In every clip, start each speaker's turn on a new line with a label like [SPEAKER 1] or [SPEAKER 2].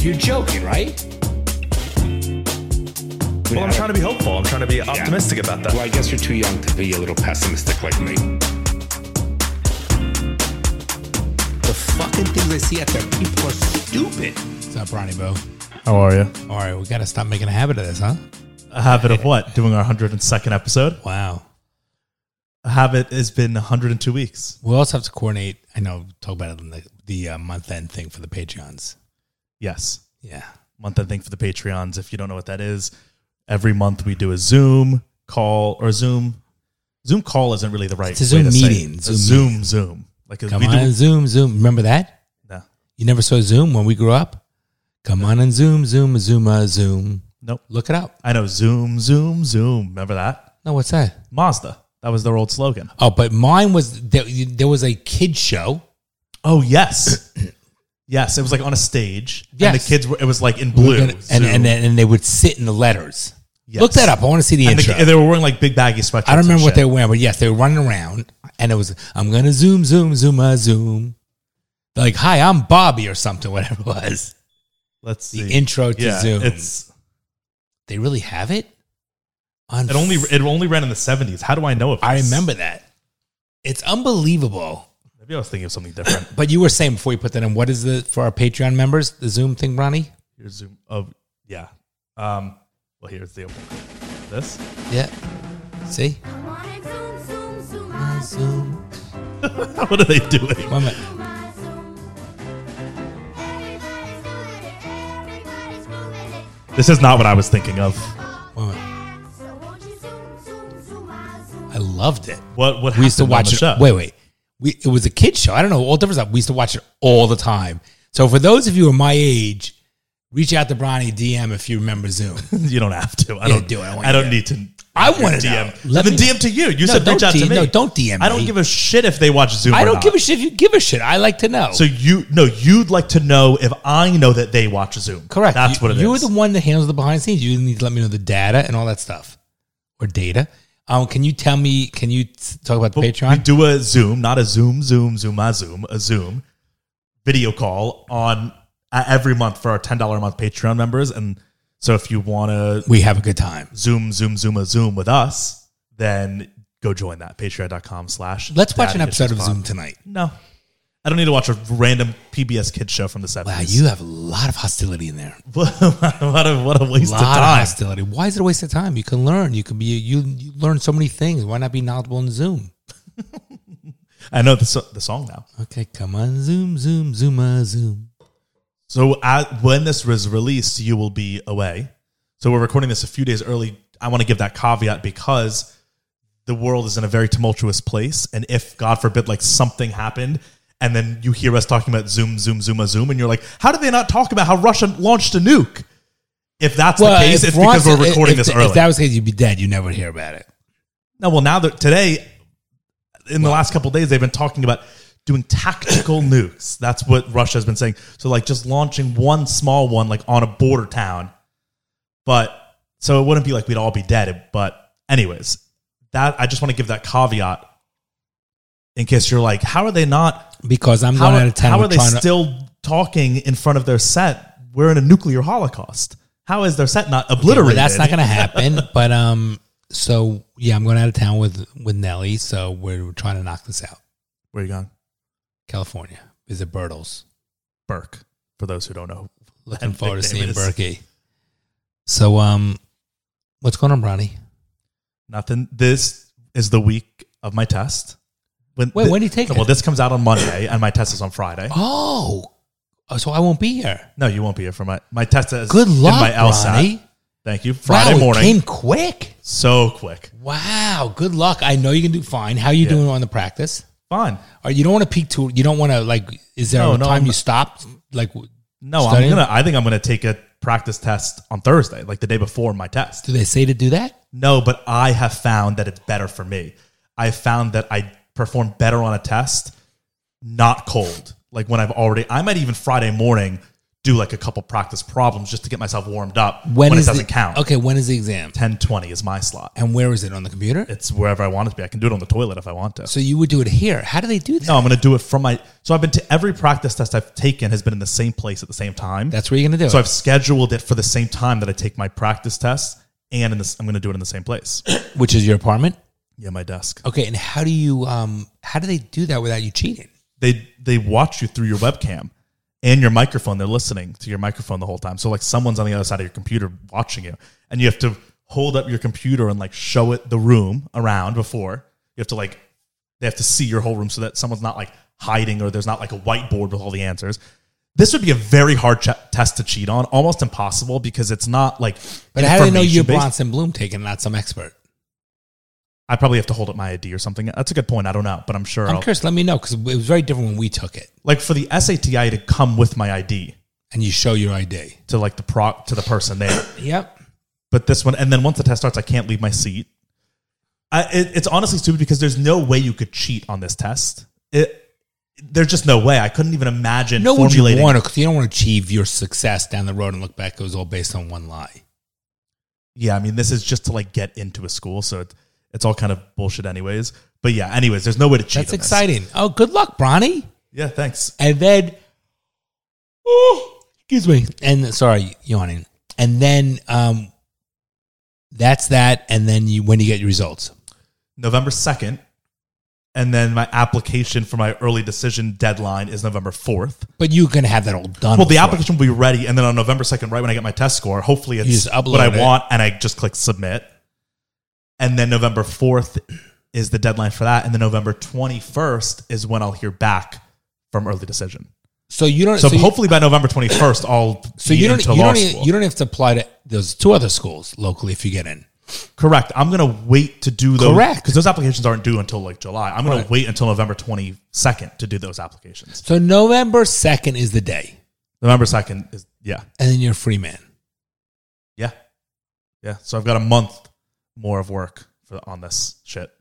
[SPEAKER 1] You're joking, right?
[SPEAKER 2] Well, I'm trying to be hopeful. I'm trying to be optimistic about that.
[SPEAKER 1] Well, I guess you're too young to be a little pessimistic like me. The fucking things I see out there, people are stupid.
[SPEAKER 3] What's up, Ronnie Bo?
[SPEAKER 2] How are you?
[SPEAKER 3] All right, we got to stop making a habit of this, huh?
[SPEAKER 2] A habit of what? Doing our 102nd episode?
[SPEAKER 3] Wow.
[SPEAKER 2] A habit has been 102 weeks.
[SPEAKER 3] We also have to coordinate. I know, talk about it in the, the uh, month end thing for the Patreons.
[SPEAKER 2] Yes.
[SPEAKER 3] Yeah.
[SPEAKER 2] Month end thing for the Patreons. If you don't know what that is, every month we do a Zoom call or Zoom. Zoom call isn't really the right
[SPEAKER 3] It's a
[SPEAKER 2] way
[SPEAKER 3] Zoom
[SPEAKER 2] to say it.
[SPEAKER 3] meeting.
[SPEAKER 2] A
[SPEAKER 3] Zoom
[SPEAKER 2] Zoom, Zoom, Like
[SPEAKER 3] Come
[SPEAKER 2] we
[SPEAKER 3] on,
[SPEAKER 2] do.
[SPEAKER 3] and Zoom, Zoom. Remember that?
[SPEAKER 2] No.
[SPEAKER 3] You never saw Zoom when we grew up? Come on and Zoom, Zoom, Zoom, uh, Zoom.
[SPEAKER 2] Nope.
[SPEAKER 3] Look it up.
[SPEAKER 2] I know. Zoom, Zoom, Zoom. Remember that?
[SPEAKER 3] No, what's that?
[SPEAKER 2] Mazda. That was their old slogan.
[SPEAKER 3] Oh, but mine was there, there was a kid show.
[SPEAKER 2] Oh yes, yes. It was like on a stage, and the
[SPEAKER 3] Yes.
[SPEAKER 2] kids were. It was like in blue,
[SPEAKER 3] And, and,
[SPEAKER 2] Zoom.
[SPEAKER 3] and, and they would sit in the letters.
[SPEAKER 2] Yes.
[SPEAKER 3] Look that up. I want to see the
[SPEAKER 2] And
[SPEAKER 3] intro.
[SPEAKER 2] the, they were wearing like big baggy sweatshirts.
[SPEAKER 3] I don't remember what they
[SPEAKER 2] were.
[SPEAKER 3] were wearing, but yes, they were running around, and it was I'm gonna zoom, zoom, zoom, uh, zoom. They're like, hi, I'm Bobby or something, whatever it was.
[SPEAKER 2] Let's see.
[SPEAKER 3] The intro to
[SPEAKER 2] yeah,
[SPEAKER 3] Zoom.
[SPEAKER 2] It's
[SPEAKER 3] they really have it. On
[SPEAKER 2] it only it only ran in the seventies. How do I know? If
[SPEAKER 3] I remember that. It's unbelievable.
[SPEAKER 2] Maybe I was thinking of something different.
[SPEAKER 3] But you were saying before you put that in, what is the for our Patreon members the Zoom thing, Ronnie?
[SPEAKER 2] Here's Zoom. Oh yeah. Um. Well, here's the this.
[SPEAKER 3] Yeah. See. Zoom.
[SPEAKER 2] what are they doing?
[SPEAKER 3] One minute.
[SPEAKER 2] This is not what I was thinking of.
[SPEAKER 3] One minute. I loved it.
[SPEAKER 2] What what
[SPEAKER 3] We used to
[SPEAKER 2] happened on
[SPEAKER 3] watch
[SPEAKER 2] the
[SPEAKER 3] it.
[SPEAKER 2] show?
[SPEAKER 3] Wait, wait. We, it was a kids show. I don't know all different stuff. We used to watch it all the time. So for those of you who are my age, reach out to Bronny DM if you remember Zoom.
[SPEAKER 2] You don't have to. I
[SPEAKER 3] Yeah,
[SPEAKER 2] don't
[SPEAKER 3] do it. I
[SPEAKER 2] I,
[SPEAKER 3] want
[SPEAKER 2] don't
[SPEAKER 3] you
[SPEAKER 2] need to.
[SPEAKER 3] I wanna know.
[SPEAKER 2] DM.
[SPEAKER 3] Let
[SPEAKER 2] Then
[SPEAKER 3] me-
[SPEAKER 2] DM to you. You
[SPEAKER 3] No,
[SPEAKER 2] said
[SPEAKER 3] don't
[SPEAKER 2] reach out to
[SPEAKER 3] D-
[SPEAKER 2] me.
[SPEAKER 3] no, don't DM
[SPEAKER 2] I don't
[SPEAKER 3] me.
[SPEAKER 2] give a shit if they watch Zoom.
[SPEAKER 3] I
[SPEAKER 2] or
[SPEAKER 3] don't
[SPEAKER 2] not.
[SPEAKER 3] give a shit if you give a shit. I like to know.
[SPEAKER 2] So you no, you'd like to know if I know that they watch Zoom.
[SPEAKER 3] correct.
[SPEAKER 2] That's
[SPEAKER 3] you,
[SPEAKER 2] what it
[SPEAKER 3] You're
[SPEAKER 2] is.
[SPEAKER 3] the one that handles the behind the scenes. You need to let me know the data and all that stuff, or data. Um, can you tell me? Can you s- talk about the
[SPEAKER 2] But
[SPEAKER 3] Patreon?
[SPEAKER 2] We do a Zoom, not a Zoom, Zoom, Zoom, a Zoom, a Zoom video call on uh, every month for our ten dollar a month Patreon members. And so if you want to
[SPEAKER 3] we have a good time.
[SPEAKER 2] Zoom, Zoom, Zoom, a Zoom with us, then go join that patreon.com slash.
[SPEAKER 3] Let's watch an
[SPEAKER 2] Daddy
[SPEAKER 3] episode
[SPEAKER 2] Issues
[SPEAKER 3] of
[SPEAKER 2] Pod.
[SPEAKER 3] Zoom tonight.
[SPEAKER 2] No, I don't need to watch a random PBS kids show from the
[SPEAKER 3] Wow, Uh,
[SPEAKER 2] seventies.
[SPEAKER 3] you have a lot of hostility in there.
[SPEAKER 2] what, a, what a- what a waste of
[SPEAKER 3] lot of
[SPEAKER 2] time.
[SPEAKER 3] hostility. Why is it a waste of time? You can learn. You can be you, you learn so many things. Why not be knowledgeable in Zoom?
[SPEAKER 2] I know the, so- the song now.
[SPEAKER 3] Okay, come on, Zoom, Zoom, Zoom, uh, Zoom.
[SPEAKER 2] So at, when this was released, you will be away. So we're recording this a few days early. I want to give that caveat because the world is in a very tumultuous place, and if God forbid, like something happened. And then you hear us talking about Zoom, Zoom, Zoom, a Zoom, and you're like, "How did they not talk about how Russia launched a nuke?" If that's the case, it's because we're recording this early.
[SPEAKER 3] If that was the case, you'd be dead. You never would hear about it.
[SPEAKER 2] No, well, now that today, in the last couple of days, they've been talking about doing tactical nukes. That's what Russia has been saying. So, like, just launching one small one, like on a border town. But so it wouldn't be like we'd all be dead. But, anyways, that I just want to give that caveat in case you're like, how are they not?
[SPEAKER 3] Because I'm
[SPEAKER 2] How,
[SPEAKER 3] going out of town.
[SPEAKER 2] how
[SPEAKER 3] We're
[SPEAKER 2] are they
[SPEAKER 3] trying to-
[SPEAKER 2] still talking in front of their set? We're in a nuclear holocaust. How is their set not
[SPEAKER 3] Well,
[SPEAKER 2] obliterated?
[SPEAKER 3] that's not going to happen. but um, so yeah, I'm going out of town with with Nelly. So we're, we're trying to knock this out.
[SPEAKER 2] Where you going?
[SPEAKER 3] California visit Bertles.
[SPEAKER 2] Burke, for those who don't know.
[SPEAKER 3] Looking
[SPEAKER 2] That
[SPEAKER 3] forward to seeing
[SPEAKER 2] nickname is-
[SPEAKER 3] Berkey. So um, what's going on, Ronnie?
[SPEAKER 2] Nothing. This is the week of my test. When,
[SPEAKER 3] Wait, when do you take
[SPEAKER 2] Well,
[SPEAKER 3] it?
[SPEAKER 2] this comes out on Monday, and my test is on Friday.
[SPEAKER 3] Oh, Oh, so I won't be here.
[SPEAKER 2] No, you won't be here for my my test is
[SPEAKER 3] Good
[SPEAKER 2] in
[SPEAKER 3] luck,
[SPEAKER 2] my LSAT.
[SPEAKER 3] Ronnie.
[SPEAKER 2] Thank you. Friday
[SPEAKER 3] wow,
[SPEAKER 2] morning,
[SPEAKER 3] It came quick.
[SPEAKER 2] so quick.
[SPEAKER 3] Wow, good luck. I know you can do fine. How you
[SPEAKER 2] Yeah.
[SPEAKER 3] doing on the practice?
[SPEAKER 2] Fine.
[SPEAKER 3] Or you don't want to peak too. You don't want to like. Is there
[SPEAKER 2] No,
[SPEAKER 3] a
[SPEAKER 2] no,
[SPEAKER 3] time
[SPEAKER 2] I'm-
[SPEAKER 3] you stop? Like, do
[SPEAKER 2] No,
[SPEAKER 3] Studying?
[SPEAKER 2] I'm gonna. I think I'm gonna take a practice test on Thursday, like the day before my test.
[SPEAKER 3] they say to do that?
[SPEAKER 2] No, but I have found that it's better for me. I found that I perform better on a test, not cold. Like when I've already, I might even Friday morning do like a couple practice problems just to get myself warmed up
[SPEAKER 3] When
[SPEAKER 2] it
[SPEAKER 3] is
[SPEAKER 2] doesn't
[SPEAKER 3] the,
[SPEAKER 2] count.
[SPEAKER 3] Okay, when is the exam?
[SPEAKER 2] 10 20 is my slot.
[SPEAKER 3] And where is it on the computer?
[SPEAKER 2] It's wherever I want it to be. I can do it on the toilet if I want to.
[SPEAKER 3] So you would do it here. How do they do that?
[SPEAKER 2] no, I'm going to do it from my. So I've been to every practice test I've taken has been in the same place at the same time.
[SPEAKER 3] That's where you're going to do
[SPEAKER 2] so
[SPEAKER 3] it.
[SPEAKER 2] I've scheduled it for the same time that I take my practice test, and in this, I'm going to do it in the same place.
[SPEAKER 3] Which is your apartment.
[SPEAKER 2] yeah, my desk.
[SPEAKER 3] Okay, and how do you um how do they do that without you cheating?
[SPEAKER 2] They they watch you through your webcam and your microphone. They're listening to your microphone the whole time. So like someone's on the other side of your computer watching you, and you have to hold up your computer and like show it the room around before you have to like they have to see your whole room so that someone's not like hiding or there's not like a whiteboard with all the answers. This would be a very hard che- test to cheat on, almost impossible because it's not like.
[SPEAKER 3] But how do they know you're
[SPEAKER 2] information-based.
[SPEAKER 3] Bronson Bloom taking, not some expert?
[SPEAKER 2] I probably have to hold up my ID or something. That's a good point. I don't know, but I'm sure.
[SPEAKER 3] I'm
[SPEAKER 2] I'll-
[SPEAKER 3] curious. Let me know because it was very different when we took it.
[SPEAKER 2] like for the SAT, I had to come with my ID
[SPEAKER 3] And you show your ID.
[SPEAKER 2] to like the pro to the person there.
[SPEAKER 3] Yep.
[SPEAKER 2] but this one, and then once the test starts, I can't leave my seat. I, it, it's honestly stupid because there's no way you could cheat on this test. It, there's just no way. I couldn't even imagine
[SPEAKER 3] No, would you
[SPEAKER 2] formulating.
[SPEAKER 3] want to? Because you don't want to achieve your success down the road and look back. It was all based on one lie.
[SPEAKER 2] yeah, I mean, this is just to like get into a school, so it, it's all kind of bullshit, anyways. But yeah, anyways, there's no way to cheat.
[SPEAKER 3] That's
[SPEAKER 2] on this.
[SPEAKER 3] exciting. Oh, good luck, Bronny.
[SPEAKER 2] Yeah, thanks.
[SPEAKER 3] And then, oh, excuse me. And sorry, yawning. And then, um, that's that. And then you, when you get your results,
[SPEAKER 2] November 2nd. And then my application for my early decision deadline is November 4th.
[SPEAKER 3] but you're gonna have that all done.
[SPEAKER 2] Well, the
[SPEAKER 3] before.
[SPEAKER 2] application will be ready. And then on November 2nd, right when I get my test score, hopefully it's
[SPEAKER 3] You just upload
[SPEAKER 2] what I
[SPEAKER 3] it.
[SPEAKER 2] want. And I just click submit. And then November 4th is the deadline for that. And then November 21st is when I'll hear back from early decision.
[SPEAKER 3] So you don't.
[SPEAKER 2] So,
[SPEAKER 3] so you-
[SPEAKER 2] hopefully by November 21st, I'll
[SPEAKER 3] So you don't,
[SPEAKER 2] into
[SPEAKER 3] you,
[SPEAKER 2] law
[SPEAKER 3] don't
[SPEAKER 2] school.
[SPEAKER 3] even, you don't have to apply to those two other schools locally if you get in.
[SPEAKER 2] Correct. I'm going to wait to do those.
[SPEAKER 3] Correct.
[SPEAKER 2] Because those applications aren't due until like July. I'm going
[SPEAKER 3] Right.
[SPEAKER 2] to wait until November 22nd to do those applications.
[SPEAKER 3] So November 2nd is the day,
[SPEAKER 2] November 2nd is, yeah.
[SPEAKER 3] and then you're a free man.
[SPEAKER 2] Yeah. Yeah. So I've got a month more of work for, on this shit.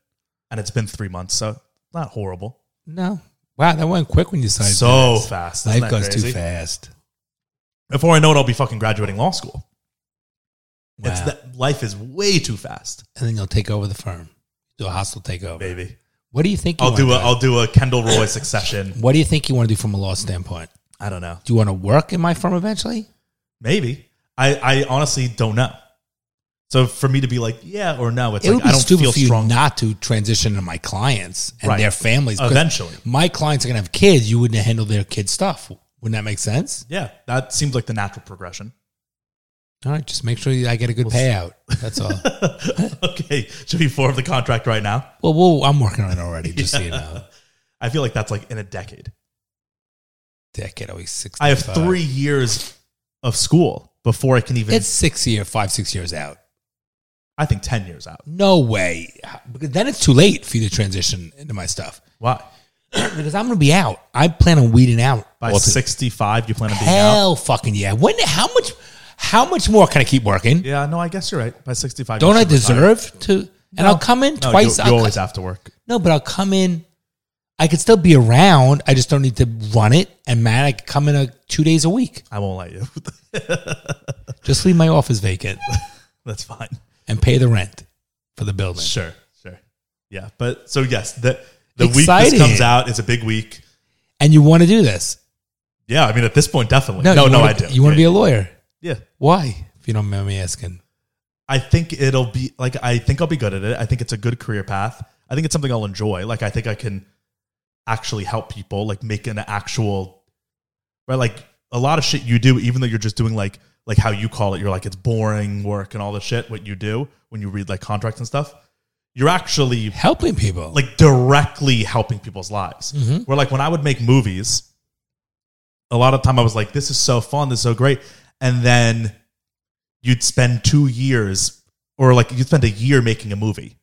[SPEAKER 2] And it's been three months. So not horrible.
[SPEAKER 3] No. Wow, that went quick when you decided.
[SPEAKER 2] so
[SPEAKER 3] to do this.
[SPEAKER 2] fast. Isn't
[SPEAKER 3] Life
[SPEAKER 2] that
[SPEAKER 3] goes
[SPEAKER 2] crazy?
[SPEAKER 3] too fast.
[SPEAKER 2] Before I know it, I'll be fucking graduating law school.
[SPEAKER 3] Wow.
[SPEAKER 2] It's that life is way too fast,
[SPEAKER 3] and then you'll take over the firm. Do a hostile takeover.
[SPEAKER 2] baby.
[SPEAKER 3] What do you think? You
[SPEAKER 2] I'll
[SPEAKER 3] wanna
[SPEAKER 2] do a I'll do a Kendall Roy succession.
[SPEAKER 3] What do you think you want to do from a law standpoint?
[SPEAKER 2] I don't know.
[SPEAKER 3] Do you want to work in my firm eventually?
[SPEAKER 2] Maybe. I, I honestly don't know. So for me to be like, yeah or no, it's
[SPEAKER 3] It would
[SPEAKER 2] like I
[SPEAKER 3] be
[SPEAKER 2] don't
[SPEAKER 3] stupid
[SPEAKER 2] feel
[SPEAKER 3] for you
[SPEAKER 2] strong.
[SPEAKER 3] not to transition to my clients and
[SPEAKER 2] Right. Oh,
[SPEAKER 3] their families. 'cause
[SPEAKER 2] Eventually.
[SPEAKER 3] my clients are gonna have kids. You wouldn't handle their kids' stuff. Wouldn't that make sense?
[SPEAKER 2] yeah, that seems like the natural progression.
[SPEAKER 3] All right, just make sure I get a good payout. That's all.
[SPEAKER 2] okay, should we form the contract right now?
[SPEAKER 3] well, well, I'm working on it already, just so you know.
[SPEAKER 2] I feel like that's like in a decade.
[SPEAKER 3] Decade, always six.
[SPEAKER 2] I have three years of school before I can even.
[SPEAKER 3] It's six year, five, six years out.
[SPEAKER 2] I think ten years out.
[SPEAKER 3] No way. Because then it's too late for you to transition into my stuff.
[SPEAKER 2] Why?
[SPEAKER 3] because I'm going to be out. I plan on weeding out.
[SPEAKER 2] By
[SPEAKER 3] altogether.
[SPEAKER 2] sixty-five, you plan on being out?
[SPEAKER 3] Hell fucking yeah. When, how much, how much more can I keep working?
[SPEAKER 2] Yeah, no, I guess you're right. By sixty-five,
[SPEAKER 3] Don't
[SPEAKER 2] you
[SPEAKER 3] I
[SPEAKER 2] should retire.
[SPEAKER 3] deserve to? And I'll come in
[SPEAKER 2] No,
[SPEAKER 3] twice.
[SPEAKER 2] You,
[SPEAKER 3] I'll
[SPEAKER 2] you
[SPEAKER 3] co-
[SPEAKER 2] always have to work.
[SPEAKER 3] No, but I'll come in. I could still be around. I just don't need to run it. And man, I could come in uh two days a week.
[SPEAKER 2] I won't let you.
[SPEAKER 3] Just leave my office vacant
[SPEAKER 2] that's fine.
[SPEAKER 3] and pay the rent for the building.
[SPEAKER 2] Sure, sure. Yeah, but so yes, the the week
[SPEAKER 3] Exciting.
[SPEAKER 2] this comes out is a big week.
[SPEAKER 3] And you want to do this?
[SPEAKER 2] Yeah, I mean at this point, definitely. No, no,
[SPEAKER 3] you wanna,
[SPEAKER 2] I do.
[SPEAKER 3] You want to be a lawyer?
[SPEAKER 2] yeah. yeah.
[SPEAKER 3] Why? If you don't mind me asking.
[SPEAKER 2] I think it'll be like I think I'll be good at it. I think it's a good career path. I think it's something I'll enjoy. Like I think I can actually help people, like make an actual right. Like a lot of shit you do, even though you're just doing like like how you call it, you're like it's boring work and all the shit. What you do when you read like contracts and stuff, you're actually
[SPEAKER 3] Helping people. Mm-hmm.
[SPEAKER 2] like directly helping people's lives. Where like when I would make movies, a lot of time I was like, this is so fun, this is so great. And then you'd spend two years or like you'd spend a year making a movie,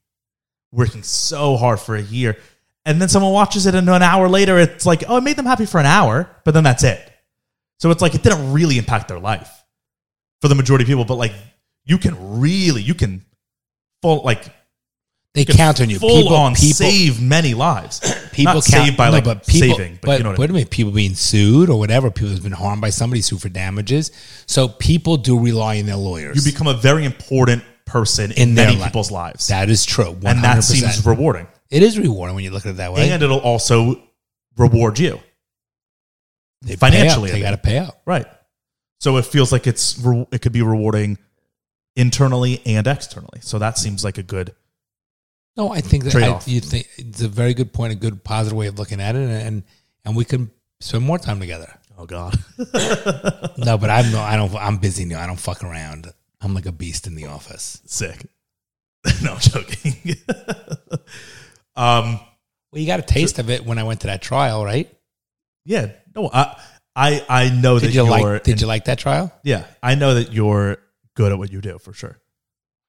[SPEAKER 2] working so hard for a year. And then someone watches it and an hour later it's like, oh, it made them happy for an hour, but then that's it. So it's like it didn't really impact their life for the majority of people, but like you can really, you can full like
[SPEAKER 3] they count on you.
[SPEAKER 2] full
[SPEAKER 3] people,
[SPEAKER 2] on
[SPEAKER 3] people,
[SPEAKER 2] save many lives.
[SPEAKER 3] people
[SPEAKER 2] Not
[SPEAKER 3] count,
[SPEAKER 2] saved by,
[SPEAKER 3] no,
[SPEAKER 2] like,
[SPEAKER 3] but people,
[SPEAKER 2] saving, but
[SPEAKER 3] but,
[SPEAKER 2] you know what I
[SPEAKER 3] wait a minute, people being sued or whatever, people that's been harmed by somebody sued for damages. So people do rely on their lawyers.
[SPEAKER 2] You become a very important person in,
[SPEAKER 3] In their
[SPEAKER 2] many
[SPEAKER 3] li-
[SPEAKER 2] people's lives.
[SPEAKER 3] that is true, one
[SPEAKER 2] and that
[SPEAKER 3] hundred percent.
[SPEAKER 2] seems rewarding.
[SPEAKER 3] It is rewarding when you look at it that way.
[SPEAKER 2] And it'll also reward you.
[SPEAKER 3] They pay up.
[SPEAKER 2] financially, I
[SPEAKER 3] they
[SPEAKER 2] mean.
[SPEAKER 3] got to pay out.
[SPEAKER 2] Right. So it feels like it's re- it could be rewarding internally and externally. So that seems like a good
[SPEAKER 3] No, I think that I,
[SPEAKER 2] Trade-off.
[SPEAKER 3] you think it's a very good point, a good positive way of looking at it, and and, and we can spend more time together.
[SPEAKER 2] oh god.
[SPEAKER 3] No, but I'm no, I don't. I'm busy now. I don't fuck around. I'm like a beast in the office.
[SPEAKER 2] Sick. no, I'm joking. um
[SPEAKER 3] Well, you got a taste of it when I went to that trial, right?
[SPEAKER 2] yeah, no I I I know that
[SPEAKER 3] Did you
[SPEAKER 2] are
[SPEAKER 3] like? Did you like that trial?
[SPEAKER 2] Yeah, I know that you're good at what you do for sure.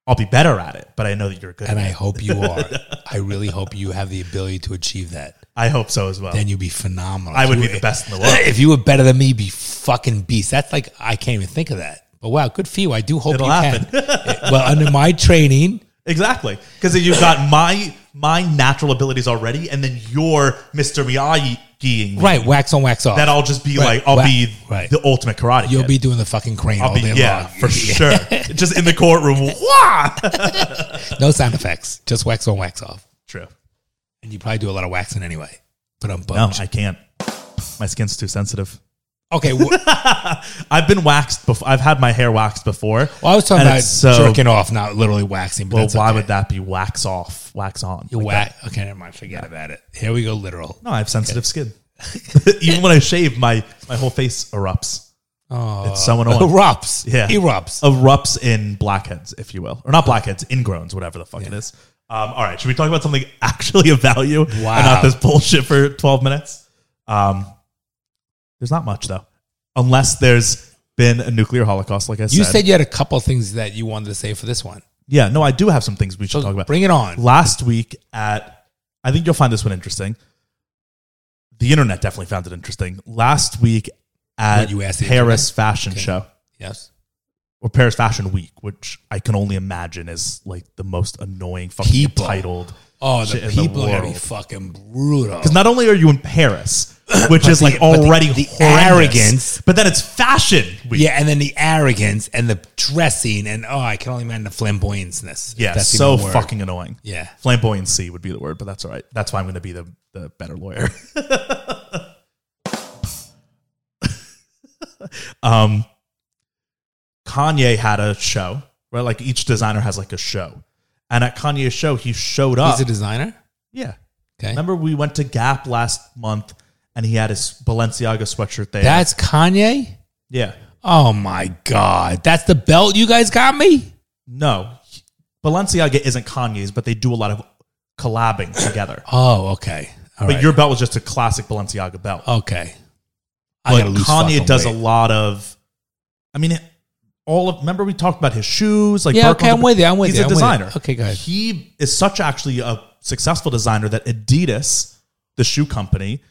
[SPEAKER 2] I'll be better at it, but I know that you're good.
[SPEAKER 3] And
[SPEAKER 2] at
[SPEAKER 3] I
[SPEAKER 2] it.
[SPEAKER 3] hope you are. I really hope you have the ability to achieve that.
[SPEAKER 2] I hope so as well.
[SPEAKER 3] Then you'd be phenomenal.
[SPEAKER 2] I would
[SPEAKER 3] If
[SPEAKER 2] be
[SPEAKER 3] you-
[SPEAKER 2] the best in the world.
[SPEAKER 3] If you were better than me, be fucking beast. That's like I can't even think of that. But wow, good for you. I do hope
[SPEAKER 2] It'll
[SPEAKER 3] you
[SPEAKER 2] happen.
[SPEAKER 3] can. well, under my training,
[SPEAKER 2] exactly, because you've got my my natural abilities already, and then you're Mister Miyagi.
[SPEAKER 3] right? Wax on, wax off.
[SPEAKER 2] That I'll just be
[SPEAKER 3] Right,
[SPEAKER 2] like I'll
[SPEAKER 3] right,
[SPEAKER 2] be
[SPEAKER 3] right.
[SPEAKER 2] the ultimate karate.
[SPEAKER 3] You'll
[SPEAKER 2] kid.
[SPEAKER 3] be doing the fucking crane
[SPEAKER 2] I'll
[SPEAKER 3] all
[SPEAKER 2] be
[SPEAKER 3] day
[SPEAKER 2] yeah
[SPEAKER 3] long.
[SPEAKER 2] for sure. Just in the courtroom. Wah!
[SPEAKER 3] No sound effects. Just wax on, wax off.
[SPEAKER 2] True.
[SPEAKER 3] And you probably do a lot of waxing anyway. But I'm
[SPEAKER 2] No,
[SPEAKER 3] bummed.
[SPEAKER 2] I can't. My skin's too sensitive.
[SPEAKER 3] okay. Well, well,
[SPEAKER 2] I've been waxed before. I've had my hair waxed before.
[SPEAKER 3] I was talking
[SPEAKER 2] And
[SPEAKER 3] about
[SPEAKER 2] it's so-
[SPEAKER 3] jerking off, not literally waxing. But
[SPEAKER 2] Well,
[SPEAKER 3] that's
[SPEAKER 2] why
[SPEAKER 3] okay.
[SPEAKER 2] would that be wax off, wax on?
[SPEAKER 3] You
[SPEAKER 2] Like that.
[SPEAKER 3] whack. Okay, never mind. Forget about it. Here we go, literal.
[SPEAKER 2] No, I have sensitive skin. Even when I shave, my my whole face erupts.
[SPEAKER 3] Oh,
[SPEAKER 2] It's so annoying.
[SPEAKER 3] erupts.
[SPEAKER 2] Yeah. Oh,
[SPEAKER 3] erupts.
[SPEAKER 2] Erupts in blackheads, if you will, or not blackheads, ingrowns, whatever the fuck it is. Um, all right, should we talk about something actually of value and
[SPEAKER 3] Wow.
[SPEAKER 2] not this bullshit for twelve minutes? Um, there's not much though, unless there's been a nuclear holocaust, like I
[SPEAKER 3] You
[SPEAKER 2] said.
[SPEAKER 3] said you had a couple things that you wanted to say for this one.
[SPEAKER 2] yeah, no, I do have some things we
[SPEAKER 3] So
[SPEAKER 2] should talk about.
[SPEAKER 3] bring it on.
[SPEAKER 2] last week at I think you'll find this one interesting. The internet definitely found it interesting. Last week at
[SPEAKER 3] What, you asked the
[SPEAKER 2] Paris Fashion Show
[SPEAKER 3] Yes.
[SPEAKER 2] or Paris Fashion Week, which I can only imagine is like the most annoying fucking
[SPEAKER 3] People.
[SPEAKER 2] titled.
[SPEAKER 3] Oh, the
[SPEAKER 2] Shit in the
[SPEAKER 3] people are gonna be
[SPEAKER 2] world.
[SPEAKER 3] fucking brutal.
[SPEAKER 2] Because not only are you in Paris, which is
[SPEAKER 3] the-
[SPEAKER 2] like
[SPEAKER 3] but the-
[SPEAKER 2] already
[SPEAKER 3] the
[SPEAKER 2] horrendous,
[SPEAKER 3] arrogance.
[SPEAKER 2] but then it's Fashion Week.
[SPEAKER 3] Yeah, and then the arrogance and the dressing and oh, I can only imagine the flamboyance.
[SPEAKER 2] Yeah, so fucking annoying.
[SPEAKER 3] Yeah.
[SPEAKER 2] Flamboyancy would be the word, but that's all right. That's why I'm going to be the, the better lawyer. um, Kanye had a show, right? Like each designer has like a show. And at Kanye's show, he showed up.
[SPEAKER 3] He's a designer.
[SPEAKER 2] yeah.
[SPEAKER 3] Okay.
[SPEAKER 2] Remember, we went to Gap last month and he had his Balenciaga sweatshirt there.
[SPEAKER 3] That's Kanye.
[SPEAKER 2] yeah.
[SPEAKER 3] Oh my god, that's the belt you guys got me.
[SPEAKER 2] No. Balenciaga isn't Kanye's, but they do a lot of collabing together.
[SPEAKER 3] Oh, okay. All
[SPEAKER 2] but
[SPEAKER 3] right.
[SPEAKER 2] your belt was just a classic Balenciaga belt.
[SPEAKER 3] okay.
[SPEAKER 2] but
[SPEAKER 3] gotta lose
[SPEAKER 2] Kanye
[SPEAKER 3] fucking
[SPEAKER 2] does a
[SPEAKER 3] weight.
[SPEAKER 2] lot of. I mean, all of. Remember we talked about his shoes, like
[SPEAKER 3] Yeah,
[SPEAKER 2] Bark
[SPEAKER 3] okay,
[SPEAKER 2] on the-
[SPEAKER 3] I'm with you, I'm with
[SPEAKER 2] he's
[SPEAKER 3] you,
[SPEAKER 2] a
[SPEAKER 3] I'm with you.
[SPEAKER 2] designer.
[SPEAKER 3] Okay, go ahead.
[SPEAKER 2] He is such actually a successful designer that Adidas, the shoe company,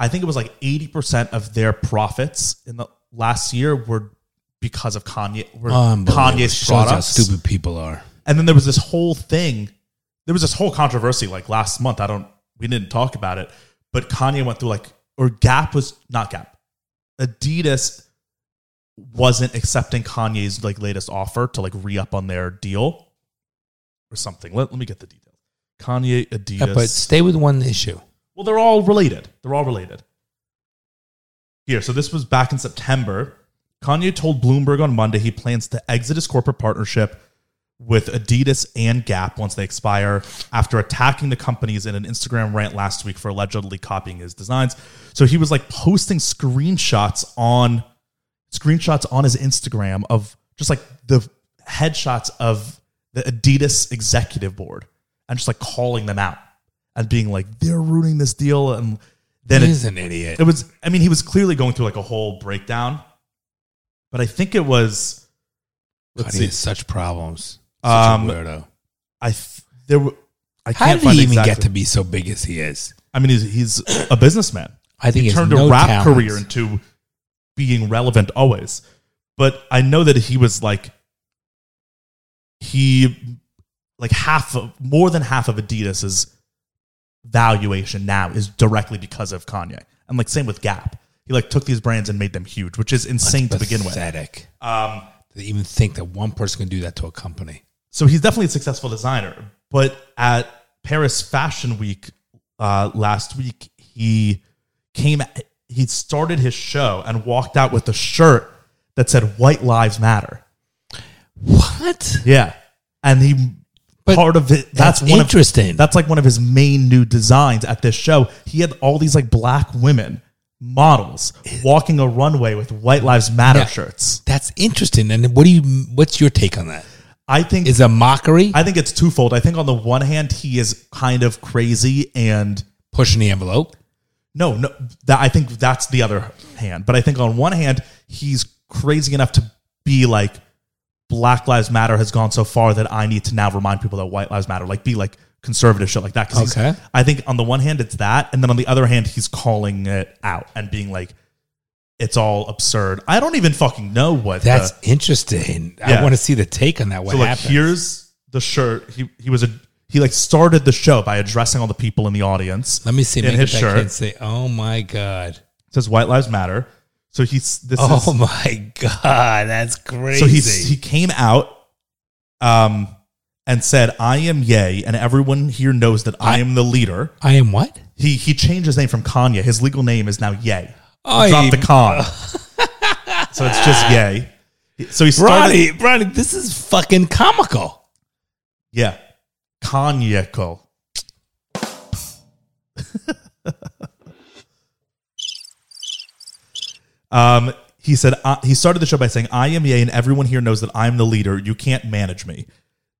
[SPEAKER 2] I think it was like eighty percent of their profits in the last year were because of Kanye. Were
[SPEAKER 3] Unbelievable.
[SPEAKER 2] Kanye's
[SPEAKER 3] Shows how
[SPEAKER 2] products.
[SPEAKER 3] stupid people are.
[SPEAKER 2] And then there was this whole thing. There was this whole controversy like last month. I don't, we didn't talk about it, but Kanye went through like, or Gap was not Gap. Adidas wasn't accepting Kanye's like latest offer to like re up on their deal or something. Let, let me get the details. Kanye, Adidas.
[SPEAKER 3] Yeah, Uh, but stay with one issue.
[SPEAKER 2] Well, they're all related. They're all related. Here, so this was back in September. Kanye told Bloomberg on Monday he plans to exit his corporate partnership with Adidas and Gap once they expire after attacking the companies in an Instagram rant last week for allegedly copying his designs. So he was like posting screenshots on screenshots on his Instagram of just like the headshots of the Adidas executive board and just like calling them out and being like they're ruining this deal and then it,
[SPEAKER 3] He's an idiot.
[SPEAKER 2] it was I mean he was clearly going through like a whole breakdown but I think it was
[SPEAKER 3] Kanye
[SPEAKER 2] let's
[SPEAKER 3] has
[SPEAKER 2] see
[SPEAKER 3] such problems. Such
[SPEAKER 2] Um,
[SPEAKER 3] a weirdo.
[SPEAKER 2] I th- there were I
[SPEAKER 3] How
[SPEAKER 2] can't
[SPEAKER 3] did he
[SPEAKER 2] find
[SPEAKER 3] even
[SPEAKER 2] exactly
[SPEAKER 3] get to be so big as he is?
[SPEAKER 2] I mean he's he's a businessman
[SPEAKER 3] I think
[SPEAKER 2] he
[SPEAKER 3] he has
[SPEAKER 2] turned
[SPEAKER 3] no
[SPEAKER 2] a rap
[SPEAKER 3] talents.
[SPEAKER 2] career into being relevant always. But I know that he was like he like half of more than half of Adidas's valuation now is directly because of Kanye. And like same with Gap. He like took these brands and made them huge, which is insane to begin with.
[SPEAKER 3] Pathetic.
[SPEAKER 2] Um,
[SPEAKER 3] to even think that one person can do that to a company.
[SPEAKER 2] So he's definitely a successful designer. But at Paris Fashion Week uh, last week, he came he started his show and walked out with a shirt that said white lives matter.
[SPEAKER 3] What?
[SPEAKER 2] Yeah. And he
[SPEAKER 3] But
[SPEAKER 2] part of it that's,
[SPEAKER 3] that's
[SPEAKER 2] one
[SPEAKER 3] interesting.
[SPEAKER 2] Of, that's like one of his main new designs at this show. He had all these like black women models walking a runway with white lives matter
[SPEAKER 3] Yeah.
[SPEAKER 2] shirts.
[SPEAKER 3] That's interesting. And what do you? What's your take on that?
[SPEAKER 2] I think
[SPEAKER 3] Is it a mockery
[SPEAKER 2] I think it's twofold. I think on the one hand he is kind of crazy and
[SPEAKER 3] pushing the envelope?
[SPEAKER 2] No, no. That I think that's the other hand. But I think on one hand, he's crazy enough to be like, Black Lives Matter has gone so far that I need to now remind people that White Lives Matter. Like, be like conservative shit like that. 'Cause he's-
[SPEAKER 3] Okay.
[SPEAKER 2] I think on the one hand it's that, and then on the other hand he's calling it out and being like, it's all absurd. I don't even fucking know what the-
[SPEAKER 3] That's interesting.
[SPEAKER 2] Yeah.
[SPEAKER 3] I want to see the take on that. What
[SPEAKER 2] so like
[SPEAKER 3] happened?
[SPEAKER 2] here's the shirt. He he was a he like started the show by addressing all the people in the audience.
[SPEAKER 3] Let me see.
[SPEAKER 2] in
[SPEAKER 3] Maybe
[SPEAKER 2] his
[SPEAKER 3] if I
[SPEAKER 2] shirt.
[SPEAKER 3] can say, "Oh my god!
[SPEAKER 2] It says White Lives Matter. So he's this is
[SPEAKER 3] Oh my god! That's crazy."
[SPEAKER 2] So he he came out, um, and said, "I am Ye, and everyone here knows that I, am the leader."
[SPEAKER 3] I am what?
[SPEAKER 2] He he changed his name from Kanye. His legal name is now Ye.
[SPEAKER 3] I
[SPEAKER 2] Drop the con. so it's just Ye. So he started.
[SPEAKER 3] Ronnie, Ronnie, this is fucking comical.
[SPEAKER 2] Yeah, Kanye. um, he said uh, he started the show by saying, "I am Ye, and everyone here knows that I'm the leader. You can't manage me."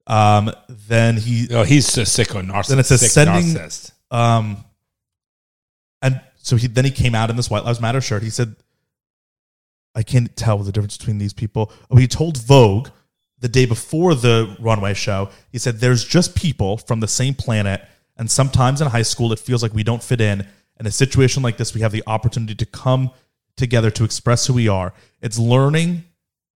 [SPEAKER 2] Um, then he
[SPEAKER 3] Oh, he's a sicko narcissist.
[SPEAKER 2] Then it says
[SPEAKER 3] Sick
[SPEAKER 2] sending-
[SPEAKER 3] narcissist.
[SPEAKER 2] Um, and so he then he came out in this White Lives Matter shirt. He said, "I can't tell the difference between these people." Oh, he told Vogue the day before the runway show. He said, "There's just people from the same planet, and sometimes in high school it feels like we don't fit in. In a situation like this, we have the opportunity to come together to express who we are. It's learning."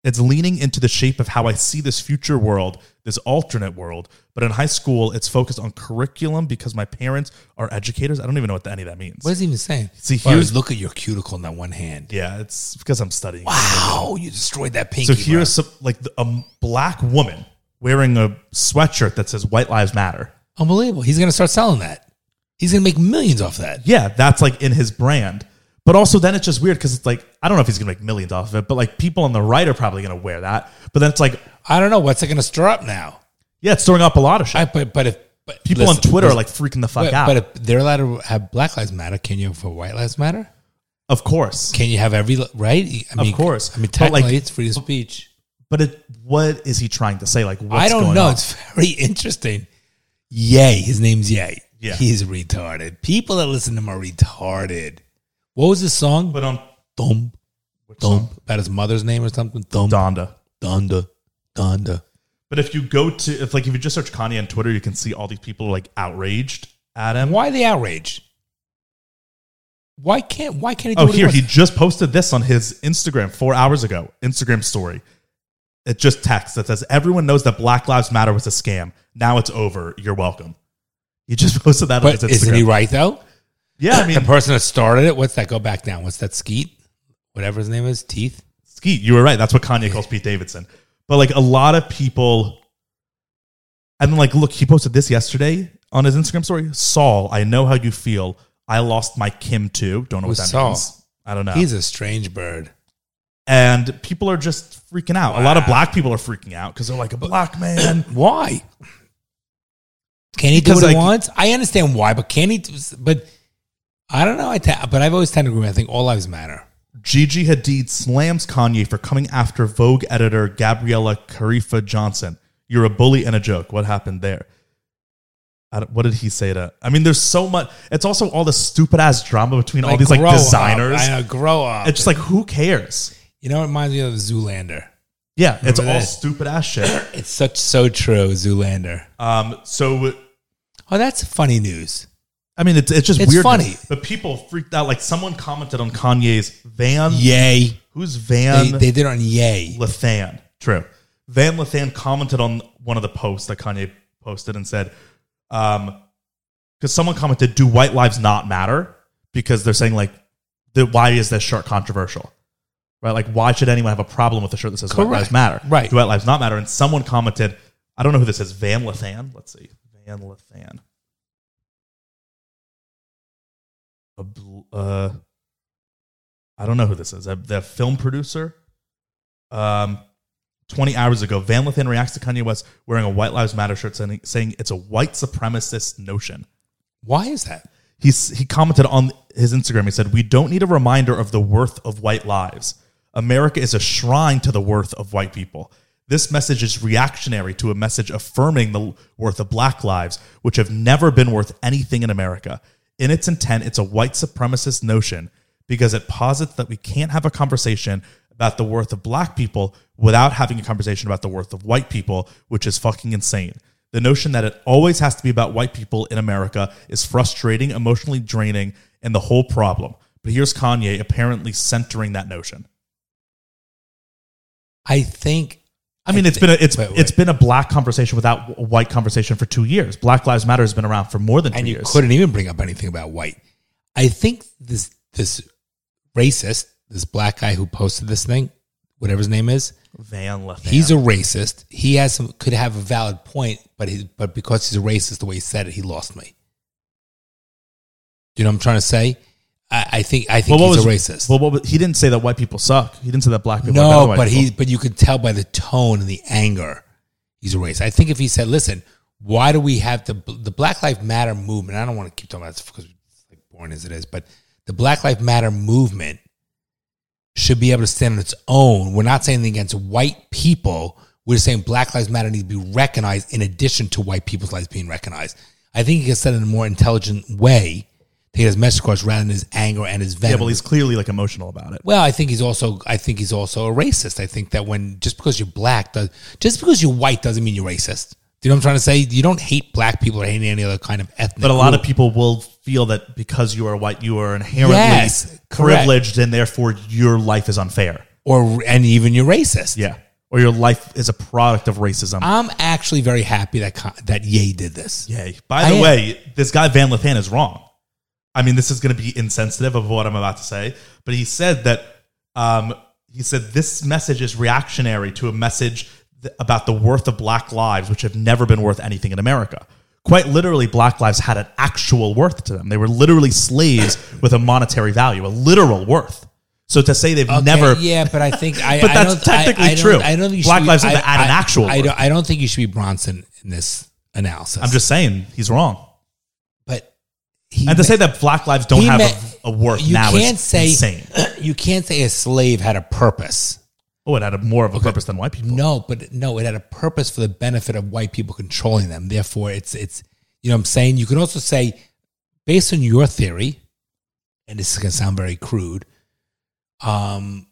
[SPEAKER 2] It's leaning into the shape of how I see this future world, this alternate world. But in high school, it's focused on curriculum because my parents are educators. I don't even know what any of that means.
[SPEAKER 3] What is he even saying?
[SPEAKER 2] See,
[SPEAKER 3] Well,
[SPEAKER 2] here's-
[SPEAKER 3] look at your cuticle in that one hand.
[SPEAKER 2] yeah, it's because I'm studying.
[SPEAKER 3] Wow, you destroyed that pinky.
[SPEAKER 2] So here's some, like a black woman wearing a sweatshirt that says "White Lives Matter."
[SPEAKER 3] bro. unbelievable. He's gonna start selling that. He's gonna make millions off that.
[SPEAKER 2] Yeah, that's like in his brand. But also, then it's just weird because it's like I don't know if he's gonna make millions off of it, but like people on the right are probably gonna wear that. But then it's like,
[SPEAKER 3] I don't know what's it gonna stir up now.
[SPEAKER 2] yeah, it's throwing up a lot of shit.
[SPEAKER 3] I but but if but
[SPEAKER 2] people
[SPEAKER 3] listen,
[SPEAKER 2] on Twitter are
[SPEAKER 3] listen,
[SPEAKER 2] like freaking the fuck
[SPEAKER 3] but,
[SPEAKER 2] out.
[SPEAKER 3] but if they're allowed to have Black Lives Matter, can you for White Lives Matter?
[SPEAKER 2] of course,
[SPEAKER 3] Can you have every right? I mean,
[SPEAKER 2] course.
[SPEAKER 3] I mean,
[SPEAKER 2] But, like-
[SPEAKER 3] technically, it's free speech.
[SPEAKER 2] But it, what is he trying to say? Like, what's
[SPEAKER 3] I don't
[SPEAKER 2] going
[SPEAKER 3] know.
[SPEAKER 2] on?
[SPEAKER 3] It's very interesting. Yay. His name's Yay.
[SPEAKER 2] Yeah.
[SPEAKER 3] He's retarded. People that listen to him are retarded. What was his song?
[SPEAKER 2] But on
[SPEAKER 3] Thump, thump. About his mother's name or something? Thump,
[SPEAKER 2] Donda.
[SPEAKER 3] Donda, Donda.
[SPEAKER 2] But if you go to, if like, if you just search Kanye on Twitter, you can see all these people like outraged at him.
[SPEAKER 3] Why the outrage? Why can't, why can't he do
[SPEAKER 2] Oh,
[SPEAKER 3] what
[SPEAKER 2] here
[SPEAKER 3] he,
[SPEAKER 2] he just posted this on his Instagram four hours ago. Instagram story. It just text that says, "Everyone knows that Black Lives Matter was a scam. Now it's over. You're welcome." He just posted that
[SPEAKER 3] But
[SPEAKER 2] on his
[SPEAKER 3] isn't
[SPEAKER 2] Instagram.
[SPEAKER 3] he right, though?
[SPEAKER 2] yeah, I mean,
[SPEAKER 3] the person that started it, what's that? Go back down. What's that? Skeet? Whatever his name is? Teeth?
[SPEAKER 2] Skeet, you were right. That's what Kanye calls Pete Davidson. But like a lot of people, and then like, look, he posted this yesterday on his Instagram story. Saul, I know how you feel. I lost my Kim too. Don't know
[SPEAKER 3] Who's
[SPEAKER 2] what that
[SPEAKER 3] Saul?
[SPEAKER 2] means. I don't know.
[SPEAKER 3] He's a strange bird.
[SPEAKER 2] and people are just freaking out. A lot of black people are freaking out because they're like a black man.
[SPEAKER 3] Why? Can he
[SPEAKER 2] Because,
[SPEAKER 3] do what he
[SPEAKER 2] like-
[SPEAKER 3] wants? I understand why, but can he? do- But I don't know. I ta- but I've always tend to agree. I think all lives matter.
[SPEAKER 2] Gigi Hadid slams Kanye for coming after Vogue editor Gabriella Carifa Johnson. You're a bully and a joke. What happened there? I don't, what did he say to? I mean, there's so much. It's also all the stupid ass drama between all these like
[SPEAKER 3] grow up.
[SPEAKER 2] designers.
[SPEAKER 3] I know, grow up.
[SPEAKER 2] It's just like who cares?
[SPEAKER 3] you know, it reminds me of Zoolander.
[SPEAKER 2] Yeah, it's all
[SPEAKER 3] Remember that.
[SPEAKER 2] stupid ass shit.
[SPEAKER 3] It's such so true, Zoolander.
[SPEAKER 2] Um, so
[SPEAKER 3] Oh, that's funny news.
[SPEAKER 2] I mean, it's it's just
[SPEAKER 3] It's
[SPEAKER 2] weird.
[SPEAKER 3] funny.
[SPEAKER 2] but people freaked out. Like someone commented on Kanye's Van.
[SPEAKER 3] Yay!
[SPEAKER 2] Who's
[SPEAKER 3] They,
[SPEAKER 2] Van?
[SPEAKER 3] they did it on Yay.
[SPEAKER 2] Lathan. True. Van Lathan commented on one of the posts that Kanye posted and said, um, because someone commented, "Do white lives not matter?" Because they're saying like, the, "Why is this shirt controversial?" Right? Like, why should anyone have a problem with a shirt that says "White
[SPEAKER 3] Correct.
[SPEAKER 2] Lives Matter"?
[SPEAKER 3] Right.
[SPEAKER 2] Do white lives not matter? And someone commented, "I don't know who this is." Van Lathan. Let's see. Van Lathan. A bl- Uh, I don't know who this is. Uh, The film producer. Um, 20 hours ago, Van Lathan reacts to Kanye West wearing a White Lives Matter shirt saying, saying it's a white supremacist notion.
[SPEAKER 3] Why is that?
[SPEAKER 2] He, s- he commented on his Instagram. He said, We don't need a reminder of the worth of white lives. America is a shrine to the worth of white people. This message is reactionary to a message affirming the l- worth of black lives, which have never been worth anything in America. In its intent, it's a white supremacist notion because it posits that we can't have a conversation about the worth of black people without having a conversation about the worth of white people, which is fucking insane. The notion that it always has to be about white people in America is frustrating, emotionally draining, and the whole problem. But here's Kanye apparently centering that notion.
[SPEAKER 3] I think.
[SPEAKER 2] I mean, it's been a it's
[SPEAKER 3] Wait, wait.
[SPEAKER 2] it's been a black conversation without a white conversation for two years. Black Lives Matter has been around for more than two
[SPEAKER 3] and you
[SPEAKER 2] years.
[SPEAKER 3] couldn't even bring up anything about white. I think this this racist, this black guy who posted this thing, whatever his name is,
[SPEAKER 2] Van Lathan.
[SPEAKER 3] he's a racist. He has some could have a valid point, but he, but because he's a racist, the way he said it, he lost me. Do you know what I'm trying to say? I, I think I think he's a racist.
[SPEAKER 2] Well, what was, he didn't say that white people suck. He didn't say that black people. are better
[SPEAKER 3] no,
[SPEAKER 2] than white
[SPEAKER 3] but
[SPEAKER 2] people.
[SPEAKER 3] he but you could tell by the tone and the anger, he's a racist. I think if he said, "Listen, why do we have the the Black Lives Matter movement?" I don't want to keep talking about this because it's like boring as it is, but the Black Lives Matter movement should be able to stand on its own. We're not saying anything against white people. We're just saying Black Lives Matter need to be recognized in addition to white people's lives being recognized. I think he can said it in a more intelligent way to get his message across rather than his anger and his venom.
[SPEAKER 2] yeah, well, he's clearly like emotional about it.
[SPEAKER 3] Well, I think he's also I think he's also a racist. I think that when just because you're black does just because you're white doesn't mean you're racist. Do you know what I'm trying to say? You don't hate black people or hate any other kind of ethnic.
[SPEAKER 2] But a lot of
[SPEAKER 3] group.
[SPEAKER 2] people will feel that because you are white, you are inherently
[SPEAKER 3] Yes, correct.
[SPEAKER 2] privileged, and therefore your life is unfair.
[SPEAKER 3] or and even you're racist.
[SPEAKER 2] Yeah, or your life is a product of racism.
[SPEAKER 3] I'm actually very happy that Con- that Ye did this.
[SPEAKER 2] Yay! By
[SPEAKER 3] I
[SPEAKER 2] the
[SPEAKER 3] am-
[SPEAKER 2] way, this guy Van Lathan is wrong. I mean, this is going to be insensitive of what I'm about to say, but he said that um, he said this message is reactionary to a message th- about the worth of Black lives, which have never been worth anything in America. Quite literally, Black lives had an actual worth to them. They were literally slaves with a monetary value, a literal worth. So to say they've
[SPEAKER 3] Okay,
[SPEAKER 2] never
[SPEAKER 3] Yeah, but I think I.
[SPEAKER 2] But
[SPEAKER 3] I
[SPEAKER 2] that's
[SPEAKER 3] don't,
[SPEAKER 2] technically
[SPEAKER 3] I, I don't-
[SPEAKER 2] true.
[SPEAKER 3] I don't think you
[SPEAKER 2] Black
[SPEAKER 3] should
[SPEAKER 2] lives
[SPEAKER 3] be,
[SPEAKER 2] matter
[SPEAKER 3] I,
[SPEAKER 2] had an
[SPEAKER 3] I-
[SPEAKER 2] actual
[SPEAKER 3] I
[SPEAKER 2] word.
[SPEAKER 3] don't, I don't think you should be Bronson in this analysis.
[SPEAKER 2] I'm just saying he's wrong.
[SPEAKER 3] but he
[SPEAKER 2] And to say that Black lives don't
[SPEAKER 3] He
[SPEAKER 2] have
[SPEAKER 3] meant-
[SPEAKER 2] a, a worth
[SPEAKER 3] you
[SPEAKER 2] now
[SPEAKER 3] can't
[SPEAKER 2] is
[SPEAKER 3] say
[SPEAKER 2] insane.
[SPEAKER 3] you can't say a slave had a purpose.
[SPEAKER 2] Oh, it had a more of a purpose than white people.
[SPEAKER 3] No, but no, it had a purpose for the benefit of white people controlling them. Therefore, it's it's you know what I'm saying. You can also say, based on your theory, and this is going to sound very crude, um,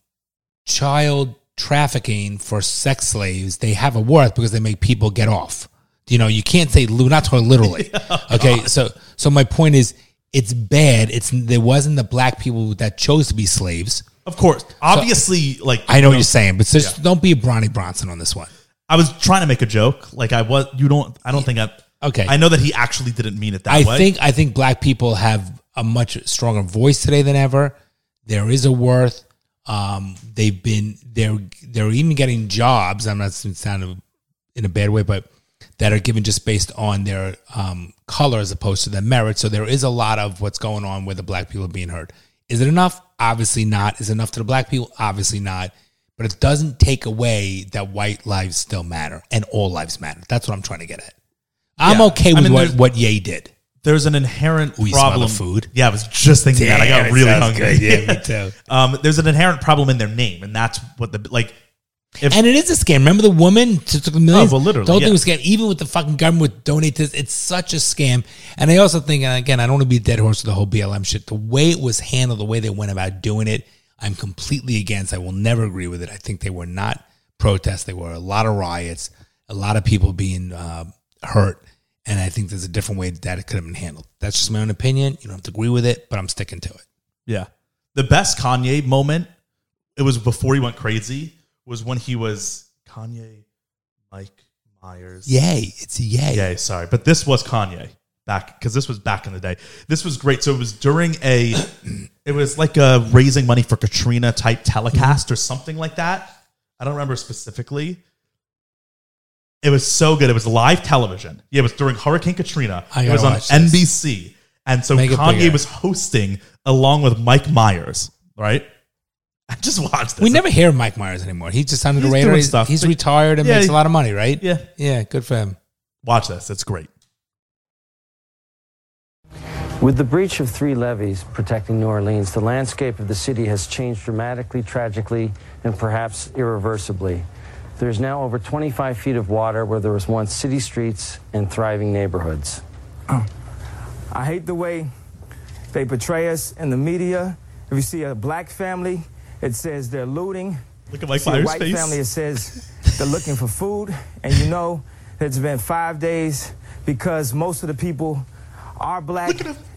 [SPEAKER 3] child trafficking for sex slaves they have a worth because they make people get off. You know, you can't say lu- not totally literally. okay, so so my point is, it's bad. It's there wasn't the black people that chose to be slaves.
[SPEAKER 2] Of course. Obviously, like
[SPEAKER 3] I know
[SPEAKER 2] you
[SPEAKER 3] what you're saying, but just don't be a Bronny Bronson on this one.
[SPEAKER 2] I was trying to make a joke. Like I was you don't I don't think I
[SPEAKER 3] Okay.
[SPEAKER 2] I know that he actually didn't mean it that
[SPEAKER 3] I
[SPEAKER 2] way.
[SPEAKER 3] think I think black people have a much stronger voice today than ever. There is a worth. Um, they've been they're they're even getting jobs. I'm not sounding in a bad way, but that are given just based on their um, color as opposed to their merit. So there is a lot of what's going on where the black people are being heard. Is it enough? Obviously not. Is it enough to the black people? Obviously not. But it doesn't take away that white lives still matter and all lives matter. That's what I'm trying to get at. I'm
[SPEAKER 2] Yeah.
[SPEAKER 3] okay
[SPEAKER 2] I
[SPEAKER 3] with
[SPEAKER 2] mean,
[SPEAKER 3] what,
[SPEAKER 2] there's-
[SPEAKER 3] what Ye did.
[SPEAKER 2] there's an inherent
[SPEAKER 3] Ooh, you smell
[SPEAKER 2] problem.
[SPEAKER 3] the food?
[SPEAKER 2] Yeah, I was just thinking that. I
[SPEAKER 3] Damn,
[SPEAKER 2] got
[SPEAKER 3] it
[SPEAKER 2] really
[SPEAKER 3] sounds
[SPEAKER 2] hungry.
[SPEAKER 3] good. Yeah, me too.
[SPEAKER 2] Um, there's an inherent problem in their name, and that's what the like. If
[SPEAKER 3] And it is a scam. Remember the woman who took the millions?
[SPEAKER 2] well, literally,
[SPEAKER 3] Don't
[SPEAKER 2] yeah.
[SPEAKER 3] think it was a scam. Even with the fucking government would donate this, it's such a scam. And I also think, and again, I don't want to be a dead horse with the whole BLM shit. The way it was handled, the way they went about doing it, I'm completely against. I will never agree with it. I think they were not protests. They were a lot of riots, a lot of people being uh, hurt. And I think there's a different way that it could have been handled. That's just my own opinion. You don't have to agree with it, but I'm sticking to it.
[SPEAKER 2] yeah, the best Kanye moment. It was before he went crazy. Was when he was Kanye, Mike Myers.
[SPEAKER 3] Yay. It's a yay.
[SPEAKER 2] Yay, sorry, but this was Kanye. back because this was back in the day. This was great. So it was during a, it was like a raising money for Katrina type telecast or something like that. I don't remember specifically. It was so good. It was live television. Yeah, it was during Hurricane Katrina.
[SPEAKER 3] I
[SPEAKER 2] It
[SPEAKER 3] gotta
[SPEAKER 2] was on
[SPEAKER 3] watch this.
[SPEAKER 2] NBC, and so
[SPEAKER 3] Make it
[SPEAKER 2] Kanye
[SPEAKER 3] bigger.
[SPEAKER 2] was hosting along with Mike Myers. Right, I just watched. This.
[SPEAKER 3] We never hear of Mike Myers anymore. He's just under the
[SPEAKER 2] He's
[SPEAKER 3] radar.
[SPEAKER 2] doing
[SPEAKER 3] He's,
[SPEAKER 2] stuff,
[SPEAKER 3] he's
[SPEAKER 2] but-
[SPEAKER 3] retired and
[SPEAKER 2] Yeah,
[SPEAKER 3] makes
[SPEAKER 2] he-
[SPEAKER 3] a lot of money, right?
[SPEAKER 2] Yeah,
[SPEAKER 3] Yeah, good for him.
[SPEAKER 2] watch this. It's great.
[SPEAKER 4] With the breach of three levees protecting New Orleans, the landscape of the city has changed dramatically, tragically, and perhaps irreversibly. There is now over 25 feet of water where there was once city streets and thriving neighborhoods.
[SPEAKER 5] I hate the way they portray us in the media. If you see a black family, it says they're looting.
[SPEAKER 2] Look at Mike
[SPEAKER 5] see a
[SPEAKER 2] Myers'
[SPEAKER 5] white
[SPEAKER 2] face.
[SPEAKER 5] family, it says they're looking for food. And you know, it's been five days because most of the people are black.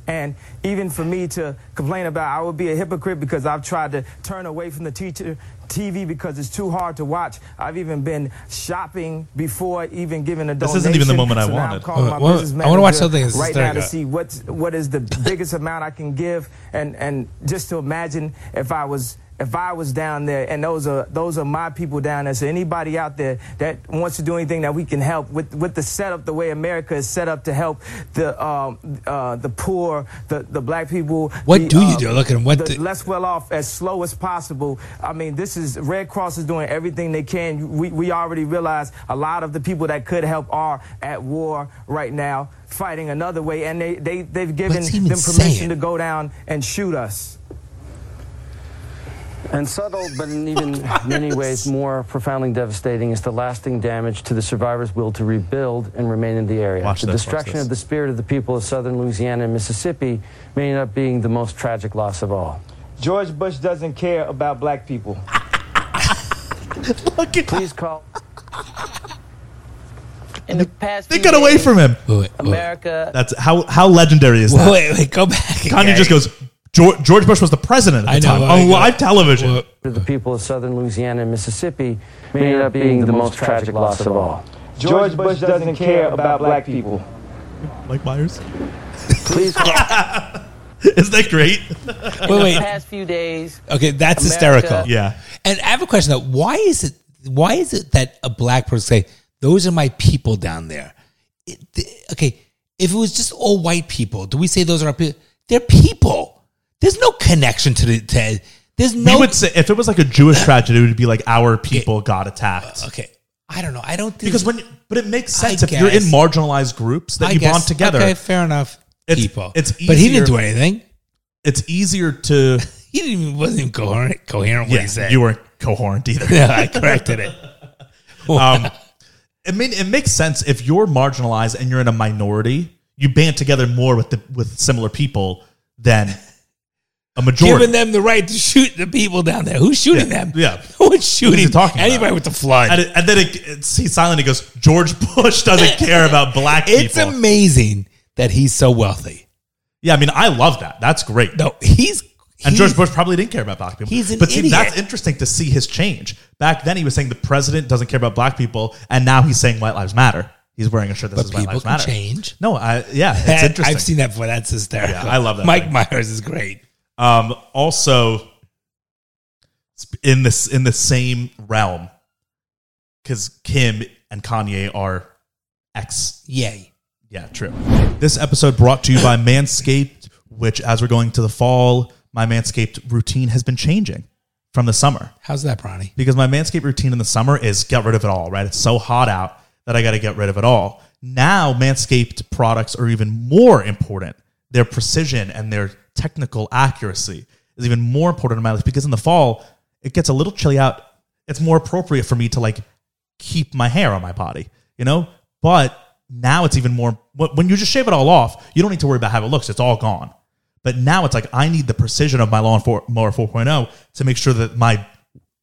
[SPEAKER 5] And even for me to complain about, I would be a hypocrite because I've tried to turn away from the teacher TV because it's too hard to watch. I've even been shopping before even giving a
[SPEAKER 2] This
[SPEAKER 5] donation.
[SPEAKER 2] isn't even the moment I
[SPEAKER 5] So now I'm
[SPEAKER 2] wanted.
[SPEAKER 5] calling my
[SPEAKER 3] Uh, well,
[SPEAKER 5] business
[SPEAKER 3] I wanna watch
[SPEAKER 5] manager
[SPEAKER 3] something that's
[SPEAKER 5] right now to
[SPEAKER 3] hysterical.
[SPEAKER 5] see what's what is the biggest amount I can give, and and just to imagine if I was if I was down there, and those are those are my people down there. So anybody out there that wants to do anything that we can help with with the setup, the way America is set up to help the um, uh, the poor, the the black people.
[SPEAKER 3] What
[SPEAKER 5] the, uh,
[SPEAKER 3] do you do? Look at 'em. What
[SPEAKER 5] the
[SPEAKER 3] the-
[SPEAKER 5] less well off as slow as possible. I mean, this is Red Cross is doing everything they can. We, we already realize a lot of the people that could help are at war right now, fighting another way, and they, they, they've given
[SPEAKER 3] What's he
[SPEAKER 5] them
[SPEAKER 3] even
[SPEAKER 5] permission
[SPEAKER 3] saying?
[SPEAKER 5] to go down and shoot us.
[SPEAKER 4] And subtle, but in even many ways more profoundly devastating, is the lasting damage to the survivors' will to rebuild and remain in the area.
[SPEAKER 2] Watch
[SPEAKER 4] the
[SPEAKER 2] this, watch
[SPEAKER 4] destruction
[SPEAKER 2] this.
[SPEAKER 4] of the spirit of the people of southern Louisiana and Mississippi may end up being the most tragic loss of all.
[SPEAKER 5] George Bush doesn't care about black people.
[SPEAKER 4] Please call.
[SPEAKER 6] In the past,
[SPEAKER 2] They
[SPEAKER 6] few
[SPEAKER 2] got away
[SPEAKER 6] days,
[SPEAKER 2] from him.
[SPEAKER 3] Wait, wait,
[SPEAKER 6] America.
[SPEAKER 2] That's how how legendary is that?
[SPEAKER 3] wait, wait, wait, go back.
[SPEAKER 2] Kanye
[SPEAKER 3] again.
[SPEAKER 2] just goes. George, George Bush was the president at
[SPEAKER 3] I
[SPEAKER 2] the
[SPEAKER 3] know,
[SPEAKER 2] time
[SPEAKER 3] I
[SPEAKER 2] on
[SPEAKER 3] know.
[SPEAKER 2] live television.
[SPEAKER 3] Well,
[SPEAKER 4] to the people of southern Louisiana and Mississippi may end up being the most tragic loss of all.
[SPEAKER 5] George Bush doesn't care about black people.
[SPEAKER 2] Mike Myers,
[SPEAKER 4] Please call
[SPEAKER 2] isn't that great?
[SPEAKER 3] wait,
[SPEAKER 6] The
[SPEAKER 3] wait.
[SPEAKER 6] past few days,
[SPEAKER 3] Okay, that's
[SPEAKER 6] America-
[SPEAKER 3] hysterical.
[SPEAKER 2] Yeah,
[SPEAKER 3] And I have a question though. Why is it? Why is it that a black person say, "Those are my people down there"? It, th- okay, if it was just all white people, do we say those are our people? They're people. There's no connection to the. To, there's
[SPEAKER 2] we
[SPEAKER 3] no.
[SPEAKER 2] would say if it was like a Jewish tragedy, it would be like our people got attacked.
[SPEAKER 3] okay, I don't know. I don't think
[SPEAKER 2] Because when, you- but it makes
[SPEAKER 3] I
[SPEAKER 2] sense if you're in
[SPEAKER 3] guess.
[SPEAKER 2] marginalized groups that
[SPEAKER 3] I
[SPEAKER 2] you
[SPEAKER 3] guess-
[SPEAKER 2] bond together.
[SPEAKER 3] Okay, fair enough.
[SPEAKER 2] It's-
[SPEAKER 3] people.
[SPEAKER 2] it's
[SPEAKER 3] but he
[SPEAKER 2] easier-
[SPEAKER 3] didn't do anything.
[SPEAKER 2] It's easier to.
[SPEAKER 3] He didn't even wasn't even coherent. Coherent what
[SPEAKER 2] Yeah,
[SPEAKER 3] he said.
[SPEAKER 2] you weren't coherent either.
[SPEAKER 3] yeah, I corrected it.
[SPEAKER 2] Um, I mean, it makes sense if you're marginalized and you're in a minority, you band together more with the with similar people than a majority.
[SPEAKER 3] Giving them the right to shoot the people down there. Who's shooting
[SPEAKER 2] Yeah,
[SPEAKER 3] them?
[SPEAKER 2] yeah.
[SPEAKER 3] No one's shooting
[SPEAKER 2] talking about?
[SPEAKER 3] anybody with the flood.
[SPEAKER 2] and, it- and then it, it's, he's silent. He goes, George Bush doesn't care about black
[SPEAKER 3] It's
[SPEAKER 2] people.
[SPEAKER 3] amazing that he's so wealthy.
[SPEAKER 2] yeah, I mean, I love that. That's great.
[SPEAKER 3] No, he's,
[SPEAKER 2] and
[SPEAKER 3] he's-
[SPEAKER 2] George Bush probably didn't care about black people.
[SPEAKER 3] he's an
[SPEAKER 2] but see, that's
[SPEAKER 3] idiot.
[SPEAKER 2] interesting to see his change. Back then, he was saying the president doesn't care about black people, and now he's saying white lives matter. He's wearing a shirt that
[SPEAKER 3] But
[SPEAKER 2] says white
[SPEAKER 3] people
[SPEAKER 2] lives
[SPEAKER 3] can
[SPEAKER 2] matter.
[SPEAKER 3] change.
[SPEAKER 2] No, I yeah, it's
[SPEAKER 3] That-
[SPEAKER 2] interesting.
[SPEAKER 3] I've seen that before. That's hysterical.
[SPEAKER 2] Yeah, I love that
[SPEAKER 3] Mike
[SPEAKER 2] thing.
[SPEAKER 3] Myers is great.
[SPEAKER 2] Um, also, sp- in this in the same realm, because Kim and Kanye are ex.
[SPEAKER 3] Yay.
[SPEAKER 2] Yeah, true. This episode brought to you by Manscaped, which, as we're going to the fall, my Manscaped routine has been changing from the summer
[SPEAKER 3] How's that, Bronny?
[SPEAKER 2] because my Manscaped routine in the summer is get rid of it all, right? It's so hot out that I got to get rid of it all. Now, Manscaped products are even more important. Their precision and their technical accuracy is even more important in my life because in the fall, it gets a little chilly out. It's more appropriate for me to like keep my hair on my body, you know? But now it's even more, wh- when you just shave it all off, you don't need to worry about how it looks. It's all gone. But now it's like I need the precision of my lawn for- mower 4.0 to make sure that my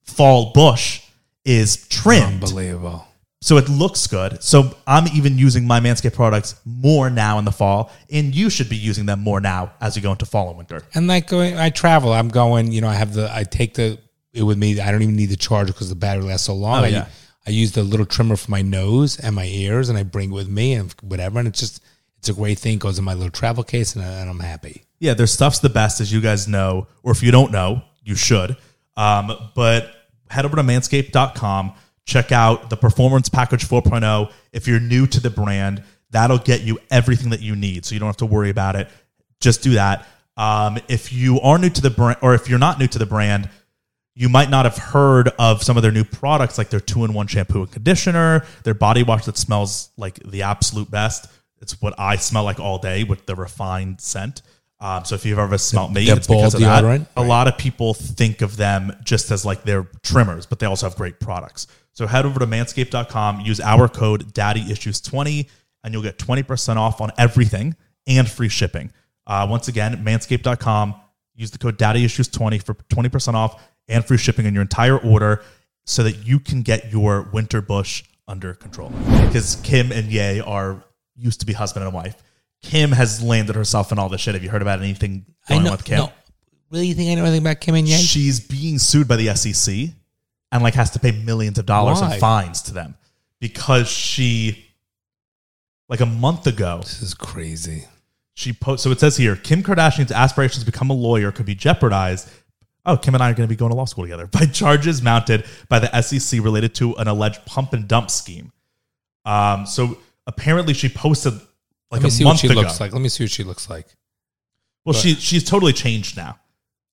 [SPEAKER 2] fall bush is trimmed.
[SPEAKER 3] Unbelievable.
[SPEAKER 2] So it looks good. So I'm even using my Manscaped products more now in the fall, and you should be using them more now as you go into fall and winter.
[SPEAKER 3] And like going, I travel. I'm going. You know, I have the. I take the it with me. I don't even need the charger because the battery lasts so long.
[SPEAKER 2] Oh,
[SPEAKER 3] I,
[SPEAKER 2] yeah.
[SPEAKER 3] I use the little trimmer for my nose and my ears, and I bring it with me and whatever. And it's just It's a great thing. Goes in my little travel case, and, I, and I'm happy.
[SPEAKER 2] yeah, their stuff's the best, as you guys know, or if you don't know, you should. Um, but head over to manscaped.com, check out the Performance Package 4.0. If you're new to the brand, that'll get you everything that you need. So you don't have to worry about it. Just do that. Um, if you are new to the brand, or if you're not new to the brand, you might not have heard of some of their new products like their two in one shampoo and conditioner, their body wash that smells like the absolute best. It's what I smell like all day with the refined scent. Um, so if you've ever smelled me,
[SPEAKER 3] the
[SPEAKER 2] it's because of
[SPEAKER 3] ball
[SPEAKER 2] that.
[SPEAKER 3] deodorant?
[SPEAKER 2] A lot of people think of them just as like their trimmers, but they also have great products. So head over to manscaped.com, use our code daddyissues20, and you'll get 20% off on everything and free shipping. Uh, once again, manscaped.com, use the code daddyissues20 for 20% off and free shipping on your entire order so that you can get your winter bush under control. Because Kim and Ye are used to be husband and wife. Kim has landed herself in all this shit. Have you heard about anything going on with Kim?
[SPEAKER 3] no. really, you think I know anything about Kim and Yang?
[SPEAKER 2] she's being sued by the SEC and like has to pay millions of dollars
[SPEAKER 3] Why?
[SPEAKER 2] in fines to them because she like a month ago
[SPEAKER 3] this is crazy.
[SPEAKER 2] she post so it says here Kim Kardashian's aspirations to become a lawyer could be jeopardized. Oh, Kim and I are going to be going to law school together by charges mounted by the SEC related to an alleged pump and dump scheme. Um, so apparently she posted like
[SPEAKER 3] Let me
[SPEAKER 2] a
[SPEAKER 3] see what
[SPEAKER 2] month
[SPEAKER 3] she
[SPEAKER 2] ago.
[SPEAKER 3] looks like. Let me see what she looks like.
[SPEAKER 2] Well, she she's totally changed now.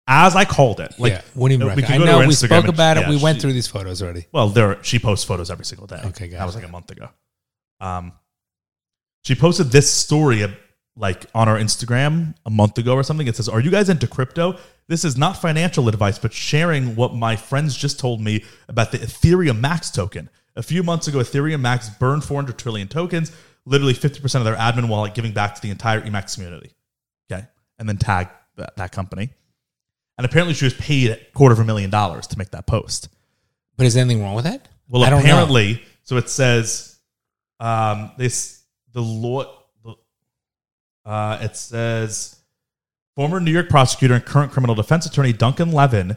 [SPEAKER 2] As I called it, like
[SPEAKER 3] yeah, what do you
[SPEAKER 2] we
[SPEAKER 3] reckon?
[SPEAKER 2] could
[SPEAKER 3] I
[SPEAKER 2] go to
[SPEAKER 3] know
[SPEAKER 2] her
[SPEAKER 3] we
[SPEAKER 2] Instagram
[SPEAKER 3] spoke
[SPEAKER 2] and-
[SPEAKER 3] about it.
[SPEAKER 2] yeah,
[SPEAKER 3] we went
[SPEAKER 2] she-
[SPEAKER 3] through these photos already.
[SPEAKER 2] Well, there she posts photos every single day.
[SPEAKER 3] Okay,
[SPEAKER 2] that was like
[SPEAKER 3] gotcha.
[SPEAKER 2] a month ago. Um, she posted this story uh, like on our Instagram a month ago or something. It says, "Are you guys into crypto? This is not financial advice, but sharing what my friends just told me about the Ethereum Max token. A few months ago, Ethereum Max burned 400 trillion tokens, literally 50 percent of their admin wallet, giving back to the entire Emacs community. Okay, and then tag that, that company." And apparently, she was paid a quarter of a million dollars to make that post.
[SPEAKER 3] But is there anything wrong with that?
[SPEAKER 2] Well,
[SPEAKER 3] I don't know.
[SPEAKER 2] apparently, so it says um, this the law. Uh, it says former New York prosecutor and current criminal defense attorney Duncan Levin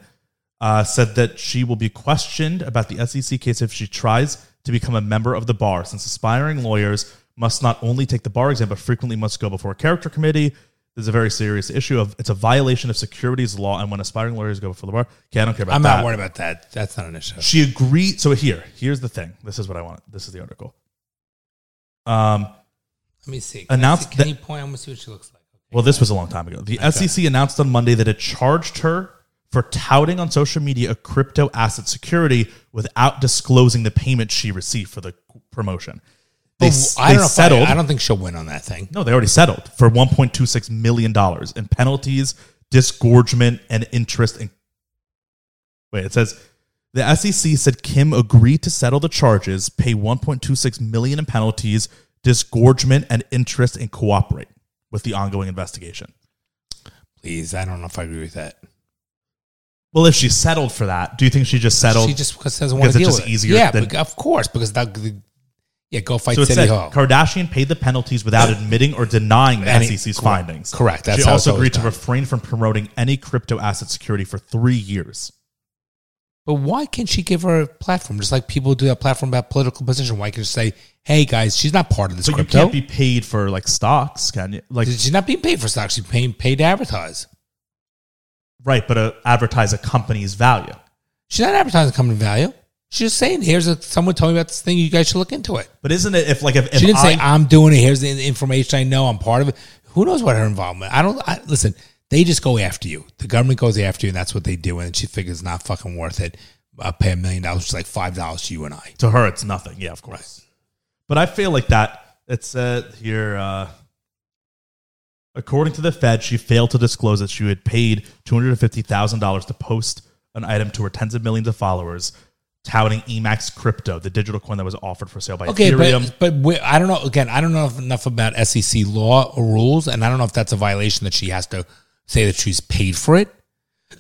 [SPEAKER 2] uh, said that she will be questioned about the SEC case if she tries to become a member of the bar, since aspiring lawyers must not only take the bar exam but frequently must go before a character committee. There's a very serious issue of it's a violation of securities law, and when aspiring lawyers go before the bar, okay, I don't care about
[SPEAKER 3] I'm
[SPEAKER 2] that.
[SPEAKER 3] not worried about that. That's not an issue.
[SPEAKER 2] She agreed. So here, here's the thing. This is what I want. This is the article. Um.
[SPEAKER 3] Let me see.
[SPEAKER 2] Announced
[SPEAKER 3] Can, I see- can
[SPEAKER 2] that-
[SPEAKER 3] you point? I'm gonna see what she looks like.
[SPEAKER 2] Well, this was a long time ago. The SEC announced on Monday that it charged her for touting on social media a crypto asset security without disclosing the payment she received for the promotion. They, s-
[SPEAKER 3] I don't
[SPEAKER 2] they
[SPEAKER 3] know. if I-
[SPEAKER 2] settled.
[SPEAKER 3] I, don't think she'll win on that thing.
[SPEAKER 2] No, they already settled for one point two six million dollars in penalties, disgorgement, and interest. And wait, it says the SEC said Kim agreed to settle the charges, pay one point two six million in penalties, disgorgement, and interest, and cooperate with the ongoing investigation.
[SPEAKER 3] Please, I don't know if I agree with that.
[SPEAKER 2] Well, if she settled for that, do you think she just settled?
[SPEAKER 3] She just because doesn't want
[SPEAKER 2] Because
[SPEAKER 3] to
[SPEAKER 2] it's
[SPEAKER 3] deal
[SPEAKER 2] just
[SPEAKER 3] with it.
[SPEAKER 2] easier
[SPEAKER 3] Yeah,
[SPEAKER 2] than-
[SPEAKER 3] bec- of course, because that. Yeah, go fight
[SPEAKER 2] so it
[SPEAKER 3] City
[SPEAKER 2] said
[SPEAKER 3] Hall.
[SPEAKER 2] Kardashian paid the penalties without admitting or denying the
[SPEAKER 3] Any-
[SPEAKER 2] SEC's
[SPEAKER 3] cor-
[SPEAKER 2] findings.
[SPEAKER 3] correct. That's
[SPEAKER 2] she
[SPEAKER 3] how
[SPEAKER 2] also
[SPEAKER 3] it's always
[SPEAKER 2] agreed to
[SPEAKER 3] done.
[SPEAKER 2] refrain from promoting any crypto asset security for three years.
[SPEAKER 3] But why can't she give her a platform? Just like people do that platform about political position. Why can't she say, "Hey guys, she's not part of this
[SPEAKER 2] So you
[SPEAKER 3] crypto.
[SPEAKER 2] can't be paid for like stocks, can you? Like
[SPEAKER 3] she's not being paid for stocks. She's paying paid to advertise.
[SPEAKER 2] right, but uh, advertise a company's value.
[SPEAKER 3] She's not advertising company value. She's just saying, "Here's a, someone told me about this thing. You guys should look into it."
[SPEAKER 2] But isn't it if like if, if
[SPEAKER 3] she didn't
[SPEAKER 2] I,
[SPEAKER 3] say, "I'm doing it. Here's the information I know. I'm part of it." Who knows what her involvement? I don't. I, listen, they just go after you. The government goes after you, and that's what they do. And she figures it's not fucking worth it. I'll pay a million dollars, which is like five dollars to you and I.
[SPEAKER 2] to her it's nothing. Yeah, of course. But I feel like that it's uh, here. Uh, according to the Fed, she failed to disclose that she had paid two hundred fifty thousand dollars to post an item to her tens of millions of followers, touting Emacs crypto, the digital coin that was offered for sale by
[SPEAKER 3] Okay,
[SPEAKER 2] Ethereum.
[SPEAKER 3] but, but we, I don't know. Again, I don't know enough about SEC law or rules, and I don't know if that's a violation that she has to say that she's paid for it.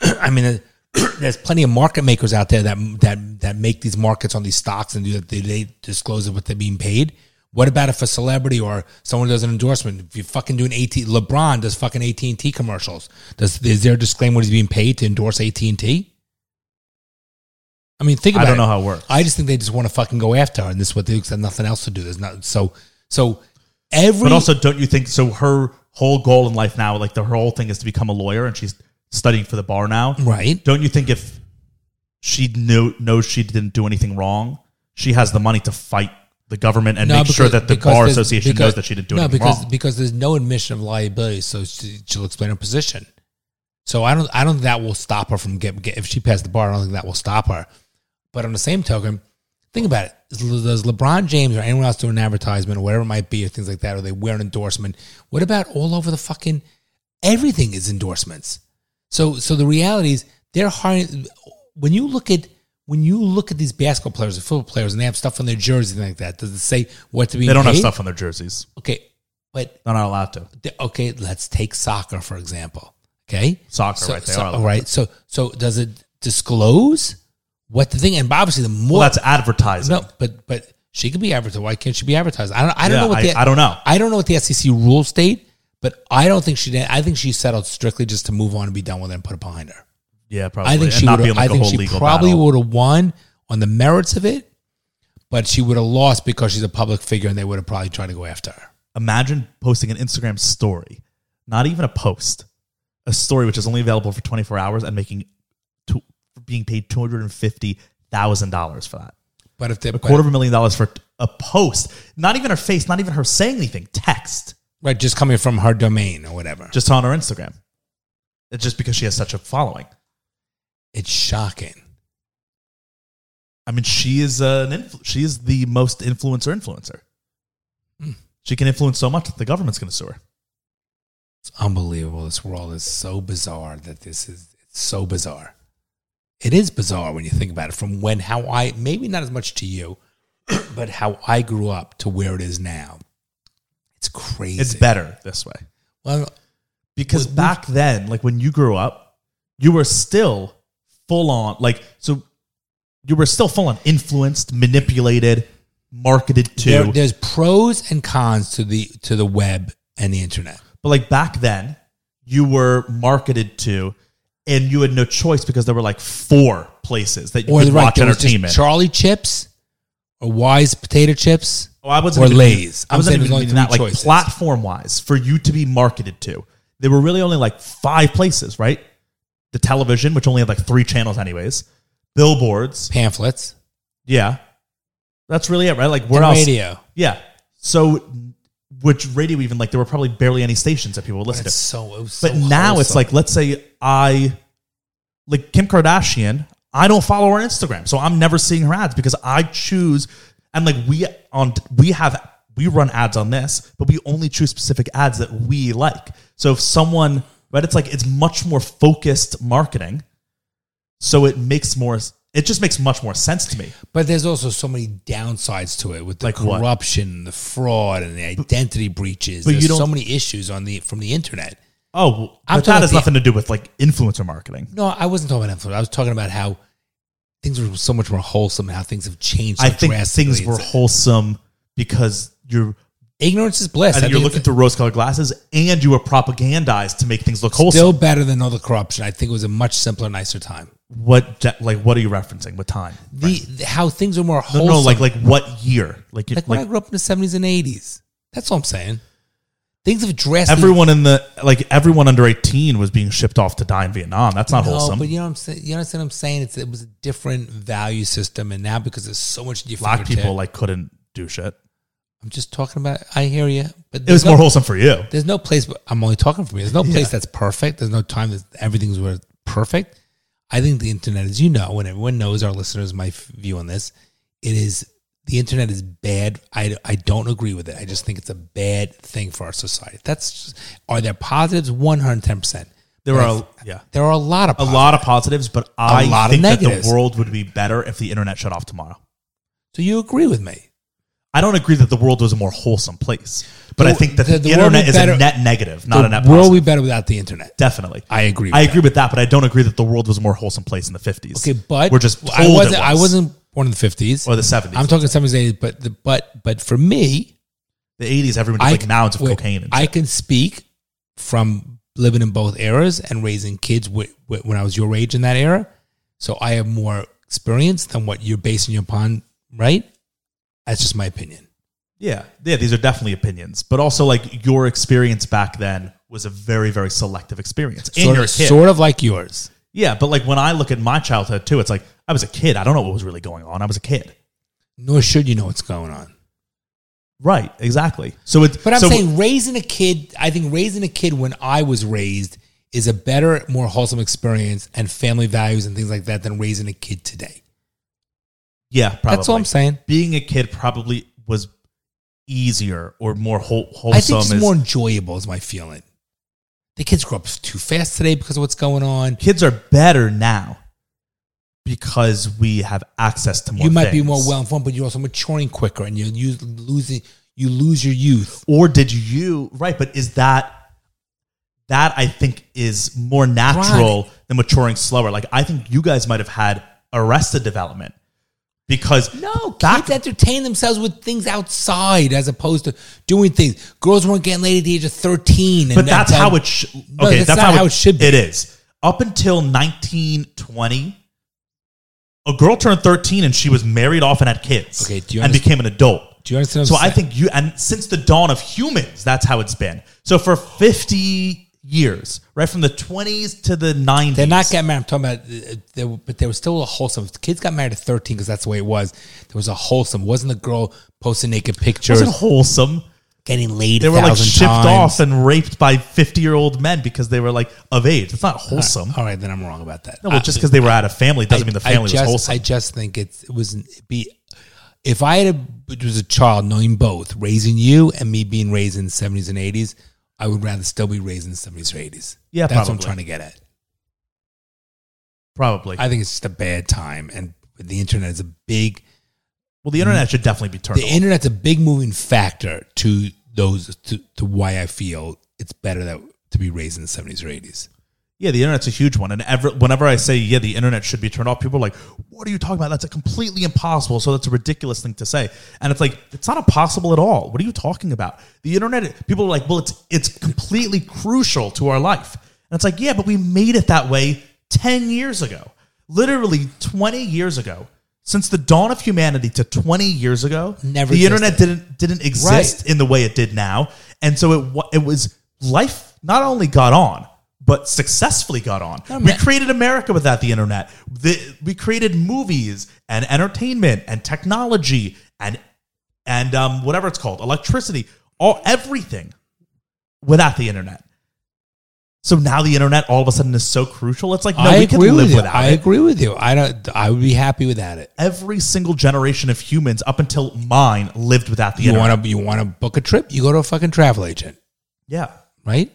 [SPEAKER 3] I mean, uh, there's plenty of market makers out there that that that make these markets on these stocks and do that. They, they disclose what they're being paid. What about if a celebrity or someone does an endorsement? If you fucking do an AT, LeBron does fucking AT and T commercials. Does is there a disclaimer he's being paid to endorse AT and T? I mean, think
[SPEAKER 2] I
[SPEAKER 3] about
[SPEAKER 2] don't
[SPEAKER 3] it.
[SPEAKER 2] know how it works.
[SPEAKER 3] I just think they just want to fucking go after her, and this is what they do because they have nothing else to do. There's not so so. Every
[SPEAKER 2] But also, don't you think so? Her whole goal in life now, like the, her whole thing, is to become a lawyer, and she's studying for the bar now.
[SPEAKER 3] Right.
[SPEAKER 2] Don't you think if she knew knows she didn't do anything wrong, she has the money to fight the government and make sure that the
[SPEAKER 3] because
[SPEAKER 2] bar
[SPEAKER 3] there's-
[SPEAKER 2] association
[SPEAKER 3] because-
[SPEAKER 2] knows that she didn't do
[SPEAKER 3] no,
[SPEAKER 2] anything
[SPEAKER 3] because,
[SPEAKER 2] wrong.
[SPEAKER 3] because there's no admission of liability, so she, she'll explain her position. So I don't, I don't think that will stop her from get, get if she passed the bar. I don't think that will stop her. But on the same token, think about it: Is Le- does LeBron James or anyone else do an advertisement or whatever it might be, or things like that, or they wear an endorsement? What about all over the fucking everything is endorsements? So, so the reality is they're hiring. When you look at when you look at these basketball players or football players, and they have stuff on their jerseys and things like that, does it say what to be?
[SPEAKER 2] they don't have
[SPEAKER 3] paid?
[SPEAKER 2] stuff on their jerseys.
[SPEAKER 3] Okay, but
[SPEAKER 2] They're not allowed to.
[SPEAKER 3] the- okay, let's take soccer for example. Okay,
[SPEAKER 2] Soccer,
[SPEAKER 3] so,
[SPEAKER 2] right? They
[SPEAKER 3] so-
[SPEAKER 2] are
[SPEAKER 3] all
[SPEAKER 2] allowed.
[SPEAKER 3] right. So, so does it disclose what the thing? And obviously, the more
[SPEAKER 2] Well, that's advertising.
[SPEAKER 3] no, but but she could be advertised. Why can't she be advertised? I don't. I don't
[SPEAKER 2] Yeah,
[SPEAKER 3] know what
[SPEAKER 2] I-
[SPEAKER 3] the
[SPEAKER 2] I don't know.
[SPEAKER 3] I don't know what the SEC rules state, but I don't think she did. I think she settled strictly just to move on and be done with it and put it behind her.
[SPEAKER 2] Yeah, probably.
[SPEAKER 3] I think
[SPEAKER 2] and
[SPEAKER 3] she
[SPEAKER 2] not
[SPEAKER 3] would.
[SPEAKER 2] being like
[SPEAKER 3] I
[SPEAKER 2] a
[SPEAKER 3] think
[SPEAKER 2] whole
[SPEAKER 3] she
[SPEAKER 2] legal
[SPEAKER 3] probably
[SPEAKER 2] battle.
[SPEAKER 3] would have won on the merits of it, but she would have lost because she's a public figure and they would have probably tried to go after her.
[SPEAKER 2] Imagine posting an Instagram story, not even a post, a story which is only available for 24 hours and making two, being paid $250,000 for that.
[SPEAKER 3] But if they
[SPEAKER 2] A quarter of a million dollars for a post, not even her face, not even her saying anything, text,
[SPEAKER 3] right, just coming from her domain or whatever,
[SPEAKER 2] just on her Instagram. It's just because she has such a following.
[SPEAKER 3] it's shocking.
[SPEAKER 2] I mean, she is an influ- she is the most influencer influencer. She can influence so much that the government's going to sue her.
[SPEAKER 3] It's unbelievable. This world is so bizarre that this is it's so bizarre. It is bizarre when you think about it from when, how I, maybe not as much to you, but how I grew up to where it is now. It's crazy.
[SPEAKER 2] It's better this way.
[SPEAKER 3] Well,
[SPEAKER 2] because
[SPEAKER 3] Well,
[SPEAKER 2] back then, like when you grew up, you were still full on like so you were still full on influenced, manipulated, marketed to.
[SPEAKER 3] there, there's pros and cons to the to the web and the internet.
[SPEAKER 2] but like back then, you were marketed to and you had no choice because there were like four places that you
[SPEAKER 3] Or
[SPEAKER 2] could
[SPEAKER 3] the right,
[SPEAKER 2] watch
[SPEAKER 3] there was just
[SPEAKER 2] entertainment.
[SPEAKER 3] Charlie chips or Wise potato chips.
[SPEAKER 2] Oh, I wasn't
[SPEAKER 3] or
[SPEAKER 2] even-
[SPEAKER 3] Lay's.
[SPEAKER 2] I
[SPEAKER 3] I'm
[SPEAKER 2] wasn't
[SPEAKER 3] saying
[SPEAKER 2] even
[SPEAKER 3] there's only
[SPEAKER 2] meaning that
[SPEAKER 3] three
[SPEAKER 2] like
[SPEAKER 3] choices.
[SPEAKER 2] platform wise for you to be marketed to. There were really only like five places, right? The television, which only had like three channels anyways, billboards,
[SPEAKER 3] Pamphlets.
[SPEAKER 2] Yeah. That's really it, right? Like where
[SPEAKER 3] and
[SPEAKER 2] else?
[SPEAKER 3] Radio.
[SPEAKER 2] Yeah. So which radio even like there were probably barely any stations that people would listen
[SPEAKER 3] It's
[SPEAKER 2] to.
[SPEAKER 3] so, it was so
[SPEAKER 2] But now it's
[SPEAKER 3] wholesome.
[SPEAKER 2] like let's say I like Kim Kardashian, I don't follow her on Instagram. So I'm never seeing her ads because I choose and like we on we have we run ads on this, but we only choose specific ads that we like. So if someone right, it's like it's much more focused marketing. So it makes more it just makes much more sense to me.
[SPEAKER 3] But there's also so many downsides to it with the
[SPEAKER 2] Like what?
[SPEAKER 3] corruption, the fraud, and the identity breaches.
[SPEAKER 2] but you
[SPEAKER 3] There's so
[SPEAKER 2] don't-
[SPEAKER 3] many issues on the from the internet.
[SPEAKER 2] Oh, well,
[SPEAKER 3] I'm talking
[SPEAKER 2] but that has
[SPEAKER 3] about the-
[SPEAKER 2] nothing to do with like influencer marketing.
[SPEAKER 3] No, I wasn't talking about influence. I was talking about how things were so much more wholesome and how things have changed. So
[SPEAKER 2] I think
[SPEAKER 3] drastically.
[SPEAKER 2] things were
[SPEAKER 3] It's-
[SPEAKER 2] wholesome because you're.
[SPEAKER 3] ignorance is bliss.
[SPEAKER 2] I think you're looking
[SPEAKER 3] it's
[SPEAKER 2] through rose-colored glasses, and you were propagandized to make things look wholesome.
[SPEAKER 3] still better than all the corruption. I think it was a much simpler, nicer time.
[SPEAKER 2] what, de- like, what are you referencing? What time?
[SPEAKER 3] The, the- how things are more
[SPEAKER 2] No,
[SPEAKER 3] wholesome.
[SPEAKER 2] no, no, like, like what year? Like,
[SPEAKER 3] Like
[SPEAKER 2] like,
[SPEAKER 3] when I grew up in the seventies and eighties. That's all I'm saying. Things have drastically
[SPEAKER 2] everyone in the like everyone under eighteen was being shipped off to die in Vietnam. That's not wholesome.
[SPEAKER 3] but you know what I'm saying. You understand what I'm saying? It's, it was a different value system, and now because there's so much
[SPEAKER 2] a lot
[SPEAKER 3] different
[SPEAKER 2] of people like couldn't do shit.
[SPEAKER 3] I'm just talking about. I hear you, but
[SPEAKER 2] It was
[SPEAKER 3] there's no,
[SPEAKER 2] more wholesome for you.
[SPEAKER 3] There's no place. I'm only talking for me. There's no place that's perfect. There's no time that everything's where it's perfect. I think the internet, as you know, and everyone knows, our listeners, my f- view on this, it is the internet is bad. I, I don't agree with it. I just think it's a bad thing for our society. That's just, are there positives? One hundred ten percent.
[SPEAKER 2] There are a- yeah.
[SPEAKER 3] There are a lot of
[SPEAKER 2] A
[SPEAKER 3] positives.
[SPEAKER 2] lot of positives, but I
[SPEAKER 3] lot of
[SPEAKER 2] think that the
[SPEAKER 3] negatives.
[SPEAKER 2] world would be better if the internet shut off tomorrow.
[SPEAKER 3] So you agree with me?
[SPEAKER 2] I don't agree that the world was a more wholesome place, but
[SPEAKER 3] The-
[SPEAKER 2] I think that
[SPEAKER 3] the-
[SPEAKER 2] the,
[SPEAKER 3] the world
[SPEAKER 2] internet
[SPEAKER 3] would
[SPEAKER 2] is
[SPEAKER 3] better-
[SPEAKER 2] a net negative, not
[SPEAKER 3] the
[SPEAKER 2] a net
[SPEAKER 3] world
[SPEAKER 2] positive.
[SPEAKER 3] would be better without the internet.
[SPEAKER 2] Definitely,
[SPEAKER 3] I agree with
[SPEAKER 2] I
[SPEAKER 3] that.
[SPEAKER 2] agree with that, but I don't agree that the world was a more wholesome place in the fifties.
[SPEAKER 3] Okay, but
[SPEAKER 2] we're just told
[SPEAKER 3] I wasn't.
[SPEAKER 2] it
[SPEAKER 3] I
[SPEAKER 2] was.
[SPEAKER 3] wasn't born in the fifties
[SPEAKER 2] or the seventies.
[SPEAKER 3] I'm talking seventies, eighties. But the but but for me,
[SPEAKER 2] the eighties. Everyone
[SPEAKER 3] I
[SPEAKER 2] like
[SPEAKER 3] c-
[SPEAKER 2] mounds of
[SPEAKER 3] wait,
[SPEAKER 2] cocaine. And
[SPEAKER 3] I
[SPEAKER 2] shit.
[SPEAKER 3] can speak from living in both eras and raising kids wi- wi- when I was your age in that era. So I have more experience than what you're basing you upon, right? That's just my opinion.
[SPEAKER 2] Yeah, yeah, these are definitely opinions, but also like your experience back then was a very, very selective experience. And
[SPEAKER 3] Sort
[SPEAKER 2] you're a
[SPEAKER 3] of,
[SPEAKER 2] kid.
[SPEAKER 3] sort of like yours.
[SPEAKER 2] Yeah, but like when I look at my childhood too, it's like I was a kid. I don't know what was really going on. I was a kid.
[SPEAKER 3] Nor should you know what's going on.
[SPEAKER 2] Right, exactly. So it's
[SPEAKER 3] But I'm
[SPEAKER 2] so-
[SPEAKER 3] saying raising a kid, I think raising a kid when I was raised is a better, more wholesome experience and family values and things like that than raising a kid today.
[SPEAKER 2] yeah, probably.
[SPEAKER 3] That's all I'm saying.
[SPEAKER 2] Being a kid probably was easier or more whole, wholesome.
[SPEAKER 3] I think it's
[SPEAKER 2] is-
[SPEAKER 3] more enjoyable is my feeling. The kids grow up too fast today because of what's going on.
[SPEAKER 2] kids are better now because we have access to more.
[SPEAKER 3] you might be
[SPEAKER 2] things.
[SPEAKER 3] more well informed, but you're also maturing quicker and you're us- losing you lose your youth.
[SPEAKER 2] Or did you right? But is that that I think is more natural than maturing slower? Like I think you guys might have had arrested development because
[SPEAKER 3] No,
[SPEAKER 2] back
[SPEAKER 3] kids entertain themselves with things outside as opposed to doing things. Girls weren't getting laid at the age of thirteen. And
[SPEAKER 2] but that's how it.
[SPEAKER 3] should
[SPEAKER 2] Sh- okay,
[SPEAKER 3] No,
[SPEAKER 2] that's, not how, it
[SPEAKER 3] should be.
[SPEAKER 2] It is up until 1920. A girl turned 13 and she was married off and had kids.
[SPEAKER 3] Okay, do you
[SPEAKER 2] and
[SPEAKER 3] understand-
[SPEAKER 2] became an adult.
[SPEAKER 3] Do you understand what
[SPEAKER 2] so
[SPEAKER 3] I'm
[SPEAKER 2] I
[SPEAKER 3] saying?
[SPEAKER 2] think you and since the dawn of humans, that's how it's been. So for 50 years, right from the 20s to the 90s,
[SPEAKER 3] They're not getting married. I'm talking about, uh, they, were- but there was still a wholesome. Kids got married at 13 because that's the way it was. There was a wholesome. Wasn't the girl posting naked
[SPEAKER 2] It
[SPEAKER 3] pictures,
[SPEAKER 2] wasn't wholesome.
[SPEAKER 3] getting laid?
[SPEAKER 2] They
[SPEAKER 3] a
[SPEAKER 2] were like
[SPEAKER 3] thousand
[SPEAKER 2] shipped
[SPEAKER 3] times?
[SPEAKER 2] off and raped by 50 year old men because they were like of age. It's not wholesome.
[SPEAKER 3] All right, then I'm wrong about that.
[SPEAKER 2] No, well,
[SPEAKER 3] Uh, I-
[SPEAKER 2] just because they were out of family doesn't mean the
[SPEAKER 3] I
[SPEAKER 2] family
[SPEAKER 3] just,
[SPEAKER 2] was wholesome.
[SPEAKER 3] I just think it's, it was be. If I had a, it was a child knowing both raising you and me being raised in the 70s and 80s, I would rather still be raised in the 70s or 80s.
[SPEAKER 2] Yeah,
[SPEAKER 3] that's what I'm
[SPEAKER 2] probably.
[SPEAKER 3] trying to get at.
[SPEAKER 2] Probably.
[SPEAKER 3] I think it's just a bad time, and the internet is a big.
[SPEAKER 2] well, the internet should definitely be turned
[SPEAKER 3] the
[SPEAKER 2] off.
[SPEAKER 3] internet's a big moving factor to those to, to why I feel it's better that to be raised in the seventies or eighties.
[SPEAKER 2] Yeah, the internet's a huge one. And ever, whenever I say, yeah, the internet should be turned off, people are like, what are you talking about? That's a completely impossible. So that's a ridiculous thing to say. And it's like, it's not impossible at all. What are you talking about? The internet, people are like, well, it's, it's completely crucial to our life. And it's like, yeah, but we made it that way 10 years ago, literally 20 years ago. Since the dawn of humanity to 20 years ago,
[SPEAKER 3] Never
[SPEAKER 2] the
[SPEAKER 3] existed.
[SPEAKER 2] internet didn't didn't exist in the way it did now, and so it wa- it was life not only got on but successfully got on. we
[SPEAKER 3] man.
[SPEAKER 2] created America without the internet. The, we created movies and entertainment and technology and and um, whatever it's called, electricity, all everything without the internet. So now the internet all of a sudden is so crucial. It's like no,
[SPEAKER 3] I
[SPEAKER 2] we
[SPEAKER 3] agree
[SPEAKER 2] can live
[SPEAKER 3] with you.
[SPEAKER 2] without
[SPEAKER 3] I
[SPEAKER 2] it
[SPEAKER 3] agree with you. I don't. I would be happy without it.
[SPEAKER 2] every single generation of humans up until mine lived without the
[SPEAKER 3] You
[SPEAKER 2] internet.
[SPEAKER 3] want to you want to book a trip? You go to a fucking travel agent,
[SPEAKER 2] yeah.
[SPEAKER 3] right?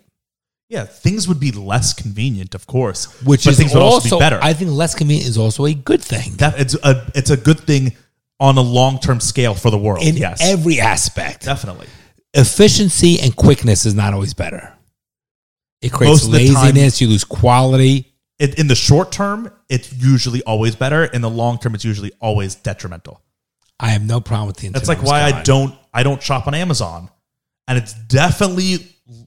[SPEAKER 2] Yeah. Things would be less convenient, of course.
[SPEAKER 3] Which
[SPEAKER 2] but
[SPEAKER 3] is
[SPEAKER 2] things would
[SPEAKER 3] also
[SPEAKER 2] also be better.
[SPEAKER 3] I think less convenient is also a good thing
[SPEAKER 2] that it's a it's a good thing on a long term scale for the world.
[SPEAKER 3] in
[SPEAKER 2] yes.
[SPEAKER 3] every aspect.
[SPEAKER 2] definitely.
[SPEAKER 3] Efficiency and quickness is not always better. It creates
[SPEAKER 2] Most of the time-
[SPEAKER 3] laziness. you lose quality.
[SPEAKER 2] It, in the short term, it's usually always better. In the long term, it's usually always detrimental.
[SPEAKER 3] I have no problem with the internet.
[SPEAKER 2] That's like why I
[SPEAKER 3] Scott.
[SPEAKER 2] don't I don't shop on Amazon, and it's definitely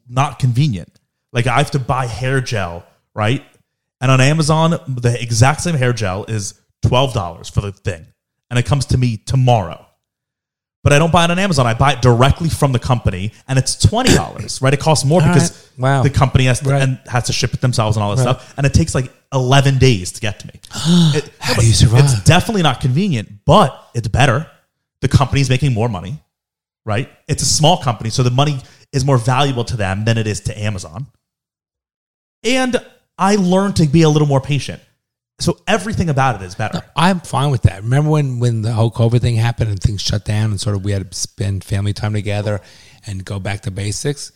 [SPEAKER 2] not convenient. Like I have to buy hair gel, right? And on Amazon, the exact same hair gel is twelve dollars for the thing, and it comes to me tomorrow. But I don't buy it on Amazon. I buy it directly from the company, and it's twenty dollars. right? It costs more
[SPEAKER 3] All
[SPEAKER 2] because
[SPEAKER 3] right. Wow.
[SPEAKER 2] the company has to,
[SPEAKER 3] Right.
[SPEAKER 2] and has to ship it themselves and all that stuff, and it takes like eleven days to get to me. It-
[SPEAKER 3] How do you survive?
[SPEAKER 2] It's definitely not convenient, but it's better. The company's making more money, right? It's a small company, so the money is more valuable to them than it is to Amazon. And I learned to be a little more patient. So everything about it is better.
[SPEAKER 3] I'm fine with that. Remember when when the whole COVID thing happened and things shut down and sort of we had to spend family time together and go back to basics.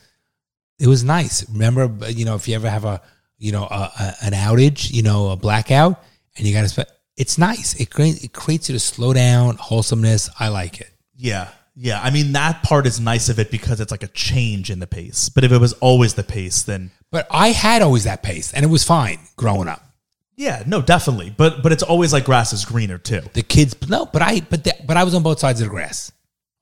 [SPEAKER 3] It was nice. Remember, but, you know, if you ever have a you know a, a, an outage, you know, a blackout, and you got to spend. It's nice. It creates it creates you to slow down, wholesomeness. I like it.
[SPEAKER 2] Yeah. Yeah. I mean, that part is nice of it because it's like a change in the pace. But if it was always the pace, then
[SPEAKER 3] But I had always that pace, and it was fine growing up.
[SPEAKER 2] yeah, no, definitely. But but it's always like grass is greener too.
[SPEAKER 3] The kids, no, but I but that but I was on both sides of the grass.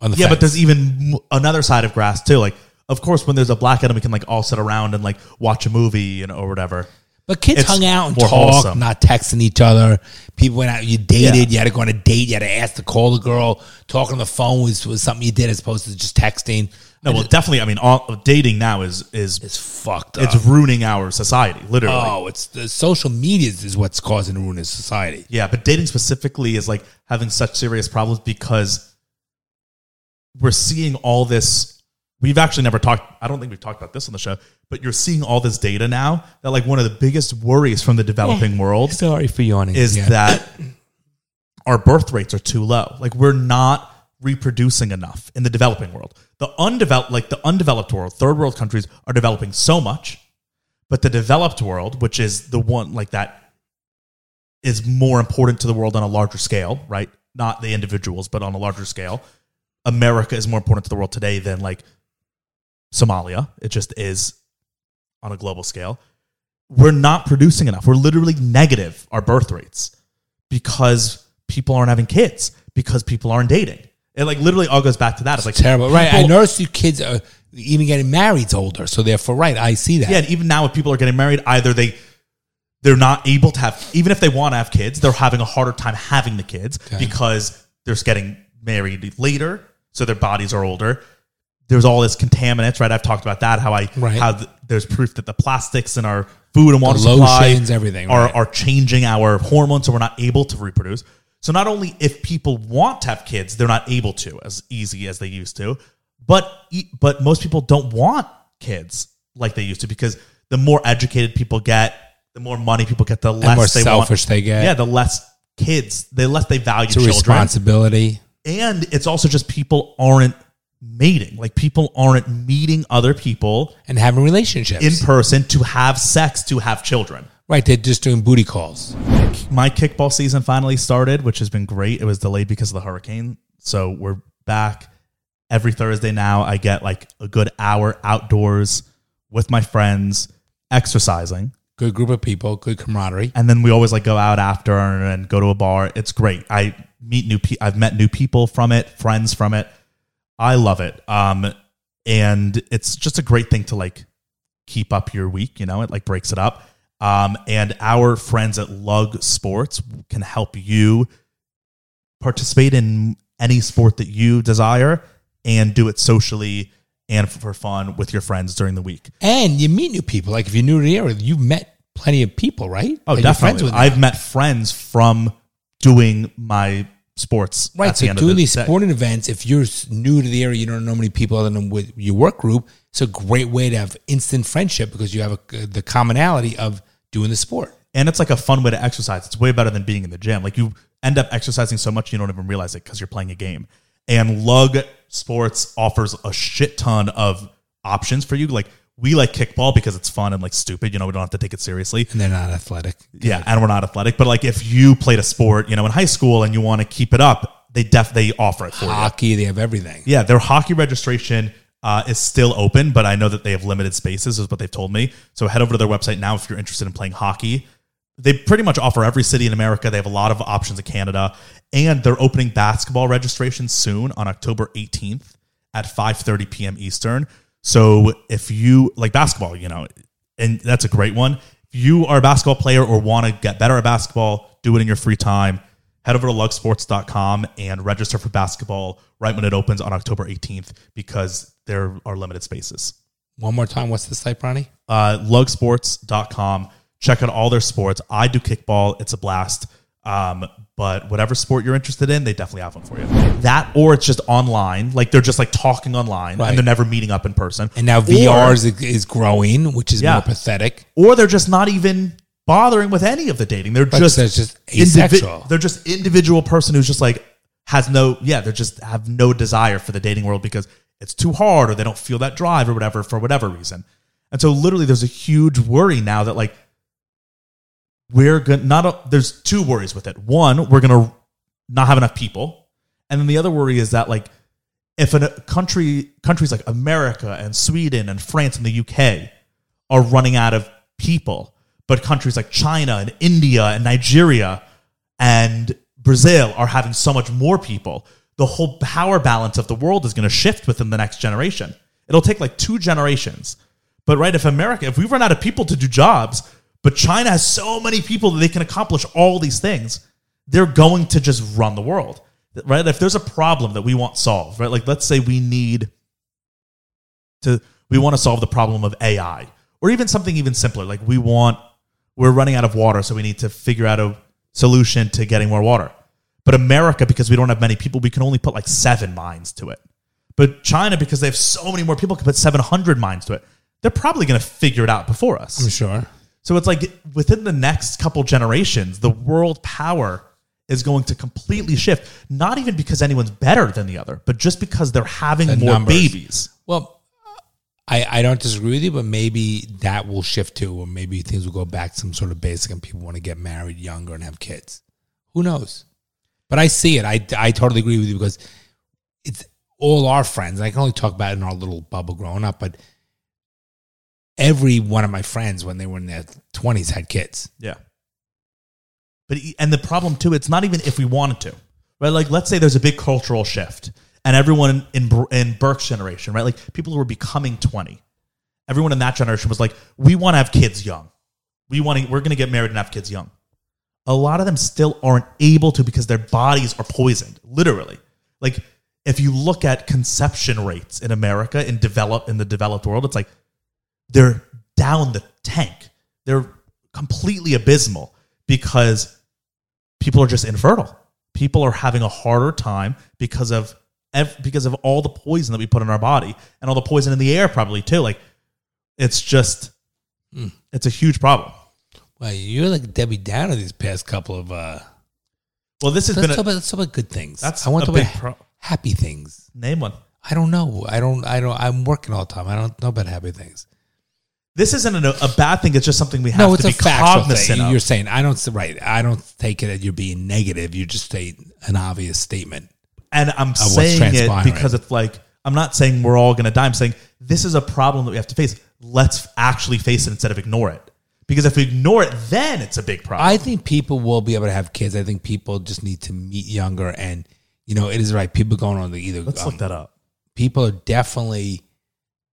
[SPEAKER 3] On the
[SPEAKER 2] Yeah,
[SPEAKER 3] fence.
[SPEAKER 2] but there's even m- another side of grass too. Like, of course, when there's a blackout, we can like all sit around and like watch a movie and or whatever.
[SPEAKER 3] But kids
[SPEAKER 2] It's
[SPEAKER 3] hung out and
[SPEAKER 2] more
[SPEAKER 3] talked,
[SPEAKER 2] wholesome.
[SPEAKER 3] not texting each other. People went out, you dated, you had to go on a date, you had to ask to call the girl. Talking on the phone was, was something you did as opposed to just texting.
[SPEAKER 2] No, well, definitely. I mean, all, dating now is is
[SPEAKER 3] It's fucked up.
[SPEAKER 2] it's ruining our society, literally.
[SPEAKER 3] oh, it's the social media is what's causing the ruin in society.
[SPEAKER 2] Yeah, but dating specifically is like having such serious problems because we're seeing all this. We've actually never talked, I don't think we've talked about this on the show, but you're seeing all this data now that, like, one of the biggest worries from the developing world
[SPEAKER 3] Sorry for yawning.
[SPEAKER 2] is
[SPEAKER 3] Yeah.
[SPEAKER 2] that our birth rates are too low. Like, we're not reproducing enough in the developing world. The undeveloped, like, the undeveloped world, third world countries are developing so much, but the developed world, which is the one, like, that is more important to the world on a larger scale, right? Not the individuals, but on a larger scale. America is more important to the world today than like Somalia. It just is on a global scale. We're not producing enough. We're literally negative our birth rates because people aren't having kids, because people aren't dating. It like literally all goes back to that. It's like
[SPEAKER 3] terrible, right? I
[SPEAKER 2] people-
[SPEAKER 3] noticed you kids are even getting married older, so therefore, right? I see that.
[SPEAKER 2] Yeah, and even now, if people are getting married, either they they're not able to have, even if they want to have kids, they're having a harder time having the kids because they're just getting married later, so their bodies are older. There's all this contaminants, right? I've talked about that. How I
[SPEAKER 3] Right.
[SPEAKER 2] how th- there's proof that the plastics in our food and water
[SPEAKER 3] lotions,
[SPEAKER 2] supply,
[SPEAKER 3] everything,
[SPEAKER 2] are
[SPEAKER 3] right.
[SPEAKER 2] are changing our hormones, so we're not able to reproduce. So not only if people want to have kids, they're not able to as easy as they used to, but e- but most people don't want kids like they used to because the more educated people get, the more money people get, the less
[SPEAKER 3] more
[SPEAKER 2] they
[SPEAKER 3] selfish
[SPEAKER 2] want.
[SPEAKER 3] they get.
[SPEAKER 2] Yeah, the less kids, the less they value
[SPEAKER 3] it's a
[SPEAKER 2] children
[SPEAKER 3] responsibility.
[SPEAKER 2] and it's also just people aren't mating like people aren't meeting other people
[SPEAKER 3] And having relationships.
[SPEAKER 2] in person to have sex to have children
[SPEAKER 3] right, they're just doing booty calls.
[SPEAKER 2] my kickball season finally started which has been great it was delayed because of the hurricane so we're back every thursday now i get like a good hour outdoors with my friends exercising
[SPEAKER 3] Good group of people, good camaraderie.
[SPEAKER 2] and then we always like go out after and go to a bar. It's great. I meet new people. I've met new people from it, friends from it. I love it. Um, and it's just a great thing to like keep up your week. You know, it like breaks it up. Um, and our friends at Lug Sports can help you participate in any sport that you desire and do it socially and for fun with your friends during the week.
[SPEAKER 3] And you meet new people. Like if you're new to the area, you've met plenty of people, right?
[SPEAKER 2] Oh,
[SPEAKER 3] That you're friends
[SPEAKER 2] definitely.
[SPEAKER 3] with.
[SPEAKER 2] I've met friends from doing my sports.
[SPEAKER 3] right,
[SPEAKER 2] at the
[SPEAKER 3] so
[SPEAKER 2] end of
[SPEAKER 3] doing
[SPEAKER 2] the
[SPEAKER 3] these
[SPEAKER 2] day.
[SPEAKER 3] sporting events, if you're s- new to the area, you don't know many people other than with your work group, it's a great way to have instant friendship because you have a, uh, the commonality of doing the sport.
[SPEAKER 2] and it's like a fun way to exercise. It's way better than being in the gym. Like you end up exercising so much you don't even realize it because you're playing a game. And Lug Sports offers a shit ton of options for you. Like we like kickball because it's fun and like stupid. You know, we don't have to take it seriously.
[SPEAKER 3] And they're not athletic.
[SPEAKER 2] Yeah, and we're not athletic. But like if you played a sport, you know, in high school and you want to keep it up, they def they offer it for you.
[SPEAKER 3] Hockey, they have everything.
[SPEAKER 2] Yeah, their hockey registration uh, is still open, but I know that they have limited spaces, is what they've told me. So head over to their website now if you're interested in playing hockey. They pretty much offer every city in America. They have a lot of options in Canada, and they're opening basketball registration soon on October 18th at 5:30 p.m. Eastern. So if you like basketball, you know, and that's a great one. If you are a basketball player or want to get better at basketball, do it in your free time. Head over to lugsports.com and register for basketball right when it opens on October 18th because there are limited spaces.
[SPEAKER 3] One more time, what's the site, Ronnie?
[SPEAKER 2] Uh, lugsports.com. Check out all their sports. I do kickball, it's a blast. Um, but whatever sport you're interested in, they definitely have one for you. That or it's just online. Like they're just like talking online
[SPEAKER 3] Right.
[SPEAKER 2] and they're never meeting up in person.
[SPEAKER 3] And now
[SPEAKER 2] Or-
[SPEAKER 3] VR is, is growing, which is
[SPEAKER 2] Yeah.
[SPEAKER 3] more pathetic.
[SPEAKER 2] or they're just not even bothering with any of the dating. They're
[SPEAKER 3] Right,
[SPEAKER 2] just,
[SPEAKER 3] so it's just asexual.
[SPEAKER 2] they're just individual person who's just like has no yeah. They just have no desire for the dating world because it's too hard or they don't feel that drive or whatever for whatever reason. And so literally, there's a huge worry now that like we're gonna not a, there's two worries with it. One, we're gonna not have enough people, and then the other worry is that like if a country countries like America and Sweden and France and the UK are running out of people, but countries like China and India and Nigeria and Brazil are having so much more people, the whole power balance of the world is going to shift within the next generation. It'll take like two generations. But right, if America, if we run out of people to do jobs, But China has so many people that they can accomplish all these things. They're going to just run the world, right? If there's a problem that we want solved, right? Like let's say we need to we want to solve the problem of AI or even something even simpler. Like we want we're running out of water, so we need to figure out a solution to getting more water. But America, because we don't have many people, we can only put like seven mines to it. But China, because they have so many more people, can put 700 mines to it. They're probably going to figure it out before us.
[SPEAKER 3] I'm sure.
[SPEAKER 2] So it's like within the next couple generations, the world power is going to completely shift. Not even because anyone's better than the other, but just because they're having
[SPEAKER 3] The
[SPEAKER 2] more
[SPEAKER 3] numbers.
[SPEAKER 2] babies.
[SPEAKER 3] Well, I, I don't disagree with you, but maybe that will shift too, or maybe things will go back to some sort of basic and people want to get married younger and have kids. Who knows? But I see it. I, I totally agree with you because it's all our friends. I can only talk about it in our little bubble growing up, but every one of my friends when they were in their 20s had kids.
[SPEAKER 2] Yeah. But e- and the problem too, it's not even if we wanted to, right? Like let's say there's a big cultural shift, and everyone in Bur- in Burke's generation, right? Like people who were becoming twenty, everyone in that generation was like, we want to have kids young, we want to, we're going to get married and have kids young. A lot of them still aren't able to because their bodies are poisoned, literally. Like if you look at conception rates in America in develop in the developed world, it's like they're down the tank. They're completely abysmal because people are just infertile. People are having a harder time because of ev- because of all the poison that we put in our body and all the poison in the air probably too. Like it's just
[SPEAKER 3] Hmm.
[SPEAKER 2] it's a huge problem.
[SPEAKER 3] Well, you're like Debbie Downer these past couple of. uh
[SPEAKER 2] Well, this has
[SPEAKER 3] Let's
[SPEAKER 2] been
[SPEAKER 3] talk
[SPEAKER 2] a,
[SPEAKER 3] about let's talk about good things.
[SPEAKER 2] That's
[SPEAKER 3] I want to
[SPEAKER 2] a
[SPEAKER 3] talk
[SPEAKER 2] big
[SPEAKER 3] about
[SPEAKER 2] pro-
[SPEAKER 3] happy things.
[SPEAKER 2] name one.
[SPEAKER 3] I don't know. I don't. I don't. I'm working all the time. I don't know about happy things.
[SPEAKER 2] This isn't a, a bad thing. It's just something we have
[SPEAKER 3] No,
[SPEAKER 2] to
[SPEAKER 3] it's
[SPEAKER 2] be
[SPEAKER 3] a factual
[SPEAKER 2] cognizant
[SPEAKER 3] thing.
[SPEAKER 2] of.
[SPEAKER 3] You're saying I don't. Right. I don't take it that you're being negative. You just state an obvious statement.
[SPEAKER 2] and I'm
[SPEAKER 3] what's
[SPEAKER 2] saying it
[SPEAKER 3] transpiring.
[SPEAKER 2] because it's like I'm not saying we're all going to die. I'm saying this is a problem that we have to face. Let's actually face it instead of ignore it. Because if we ignore it, then it's a big problem.
[SPEAKER 3] I think people will be able to have kids. I think people just need to meet younger, and you know, it is right. People going on the either.
[SPEAKER 2] Let's
[SPEAKER 3] um,
[SPEAKER 2] look that up.
[SPEAKER 3] people are definitely,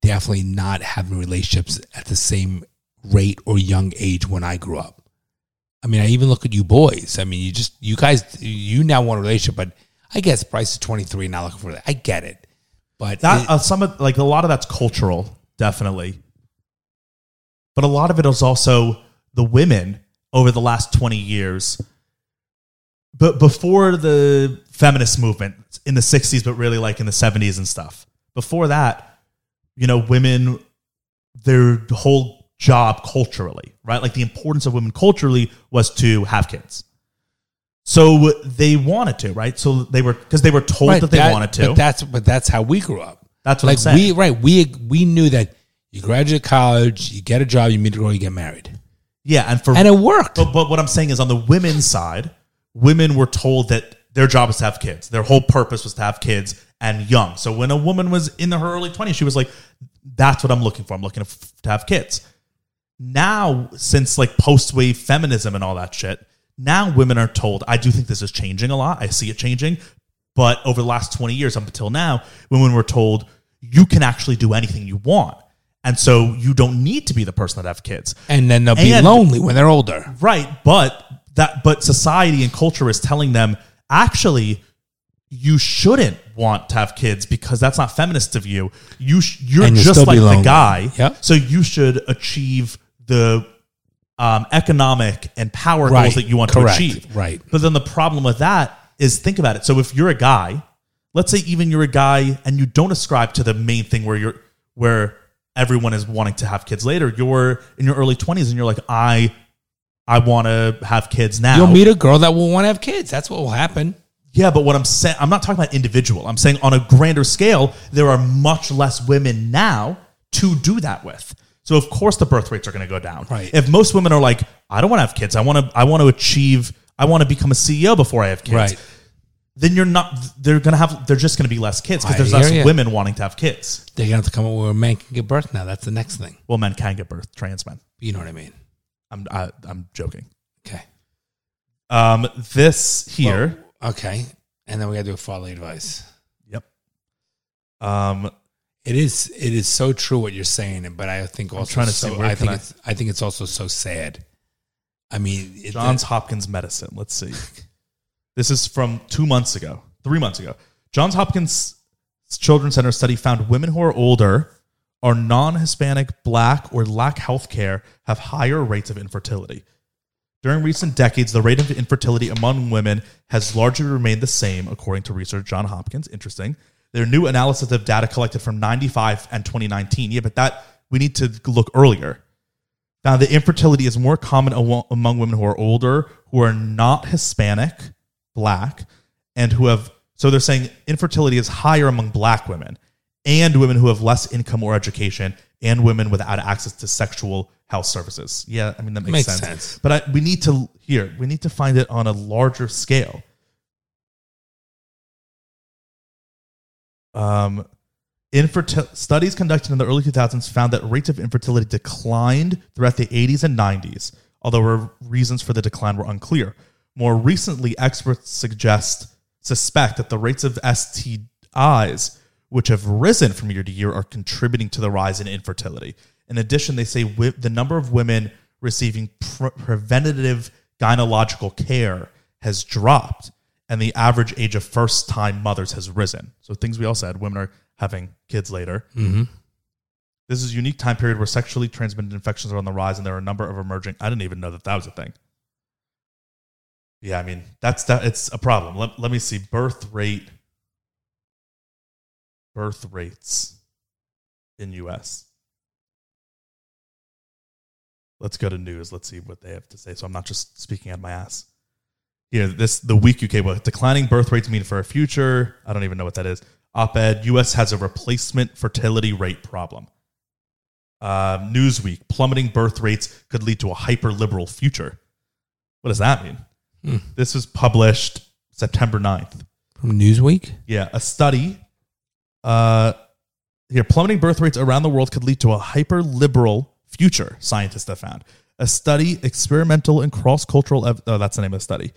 [SPEAKER 3] definitely not having relationships at the same rate or young age when I grew up. I mean, I even look at you boys. I mean, you just, you guys, you now want a relationship, but I guess Bryce is 23 and not looking for that. I get it. But
[SPEAKER 2] That
[SPEAKER 3] it-
[SPEAKER 2] uh, some of like a lot of that's cultural, definitely, but a lot of it is also the women over the last twenty years. But before the feminist movement in the '60s, but really like in the '70s and stuff. Before that, you know, women their whole job culturally, right? Like the importance of women culturally was to have kids. So they wanted to, right? So they were because they were told
[SPEAKER 3] right,
[SPEAKER 2] that they wanted to.
[SPEAKER 3] But that's, but that's how we grew up.
[SPEAKER 2] That's what I'm
[SPEAKER 3] like
[SPEAKER 2] saying.
[SPEAKER 3] we, right. We, we knew that you graduate college, you get a job, you meet a girl, you get married.
[SPEAKER 2] yeah, and for
[SPEAKER 3] And it worked.
[SPEAKER 2] But, but what I'm saying is, on the women's side, women were told that their job was to have kids. Their whole purpose was to have kids and young. So when a woman was in her early 20s, she was like, that's what I'm looking for. I'm looking to, f- to have kids. Now, since like post wave feminism and all that shit, now women are told, I do think this is changing a lot. I see it changing. But over the last 20 years up until now, women were told, you can actually do anything you want. And so you don't need to be the person that have kids.
[SPEAKER 3] And then they'll be
[SPEAKER 2] And-
[SPEAKER 3] lonely when they're older.
[SPEAKER 2] Right, but that but society and culture is telling them actually you shouldn't want to have kids because that's not feminist of you. You sh- you're
[SPEAKER 3] And you'll
[SPEAKER 2] just
[SPEAKER 3] still
[SPEAKER 2] like
[SPEAKER 3] be
[SPEAKER 2] the
[SPEAKER 3] lonely.
[SPEAKER 2] guy.
[SPEAKER 3] Yep.
[SPEAKER 2] So you should achieve the um, economic and power
[SPEAKER 3] Right,
[SPEAKER 2] goals that you want
[SPEAKER 3] correct,
[SPEAKER 2] to achieve.
[SPEAKER 3] right.
[SPEAKER 2] But then the problem with that is think about it. So if you're a guy, let's say even you're a guy and you don't ascribe to the main thing where you're where everyone is wanting to have kids later. You're in your early 20s and you're like I I want to have kids now.
[SPEAKER 3] You'll meet a girl that will want to have kids. That's what will happen.
[SPEAKER 2] Yeah, but what I'm saying, I'm not talking about individual. I'm saying on a grander scale, there are much less women now to do that with. So of course the birth rates are going to go down.
[SPEAKER 3] Right.
[SPEAKER 2] If most women are like, I don't want to have kids. I want to. I want to achieve. I want to become a CEO before I have kids.
[SPEAKER 3] Right.
[SPEAKER 2] Then you're not. They're gonna have. They're just gonna be less kids because
[SPEAKER 3] I
[SPEAKER 2] there's
[SPEAKER 3] hear
[SPEAKER 2] less
[SPEAKER 3] ya.
[SPEAKER 2] women wanting to have kids.
[SPEAKER 3] They're gonna have to come up with where men can give birth now. That's the next thing.
[SPEAKER 2] Well, men can get birth. Trans men.
[SPEAKER 3] You know what I mean?
[SPEAKER 2] I'm. I, I'm joking.
[SPEAKER 3] Okay.
[SPEAKER 2] Um. This here.
[SPEAKER 3] Okay. And then we gotta do a fatherly advice.
[SPEAKER 2] yep. Um.
[SPEAKER 3] It is it is so true what you're saying, but I think also
[SPEAKER 2] trying to
[SPEAKER 3] so-
[SPEAKER 2] see where
[SPEAKER 3] I
[SPEAKER 2] can
[SPEAKER 3] think
[SPEAKER 2] I-
[SPEAKER 3] it's I think it's also so sad I mean, it,
[SPEAKER 2] Johns Hopkins Medicine. Let's see. this is from two months ago, three months ago. Johns Hopkins Children's Center study found women who are older are non-Hispanic, black, or lack health care have higher rates of infertility. During recent decades, the rate of infertility among women has largely remained the same, according to research John Hopkins. Interesting. Their new analysis of data collected from 95 and 2019. Yeah, but that we need to look earlier. Now, the infertility is more common awo- among women who are older, who are not Hispanic, black, and who have. So they're saying infertility is higher among black women and women who have less income or education and women without access to sexual health services. Yeah, I mean, that makes,
[SPEAKER 3] Makes
[SPEAKER 2] sense.
[SPEAKER 3] sense.
[SPEAKER 2] But I, we need to, here, we need to find it on a larger scale. Um, Infertil- studies conducted in the early 2000s found that rates of infertility declined throughout the 80s and 90s, although re- reasons for the decline were unclear. More recently, experts suggest suspect that the rates of STIs, which have risen from year to year, are contributing to the rise in infertility. In addition, they say wi- the number of women receiving pre- preventative gynecological care has dropped and the average age of first time mothers has risen. So things we all said, women are having kids later.
[SPEAKER 3] mm-hmm.
[SPEAKER 2] This is a unique time period where sexually transmitted infections are on the rise, and there are a number of emerging. I didn't even know that that was a thing. Yeah, I mean that's that. It's a problem. Let let me see birth rate, birth rates in U.S. Let's go to news. Let's see what they have to say. So I'm not just speaking out of my ass here this the week UK what declining birth rates mean for our future. I don't even know what that is. Op-ed: U.S. has a replacement fertility rate problem. Um, Newsweek: plummeting birth rates could lead to a hyper-liberal future. What does that mean? This was published September 9th.
[SPEAKER 3] from Newsweek.
[SPEAKER 2] Yeah, a study. Uh, here, plummeting birth rates around the world could lead to a hyper liberal future, scientists have found. A study, experimental and cross cultural, ev- oh, that's the name of the study,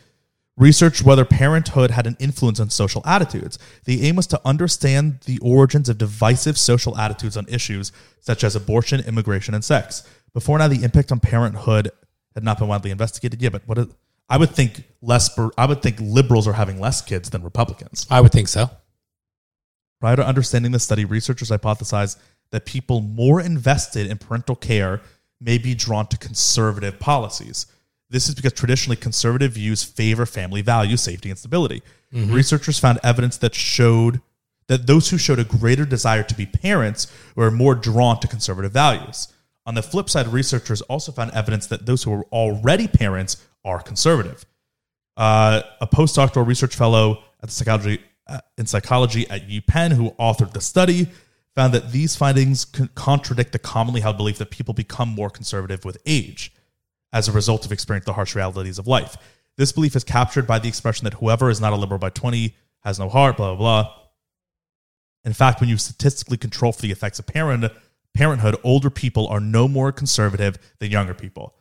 [SPEAKER 2] researched whether parenthood had an influence on social attitudes. The aim was to understand the origins of divisive social attitudes on issues such as abortion, immigration, and sex. Before now, the impact on parenthood had not been widely investigated. Yeah, but what? Is, I would think less. per- I would think liberals are having less kids than Republicans.
[SPEAKER 3] I would think so.
[SPEAKER 2] Prior to understanding the study, researchers hypothesized that people more invested in parental care may be drawn to conservative policies. This is because traditionally conservative views favor family value, safety, and stability. Researchers found evidence that showed that those who showed a greater desire to be parents were more drawn to conservative values. On the flip side, researchers also found evidence that those who were already parents are conservative uh, a postdoctoral research fellow at the psychology uh, in psychology at UPenn who authored the study found that these findings con- contradict the commonly held belief that people become more conservative with age as a result of experiencing the harsh realities of life. This belief is captured by the expression that whoever is not a liberal by 20 has no heart, blah, blah, blah. In fact, when you statistically control for the effects of parent, parenthood, older people are no more conservative than younger people.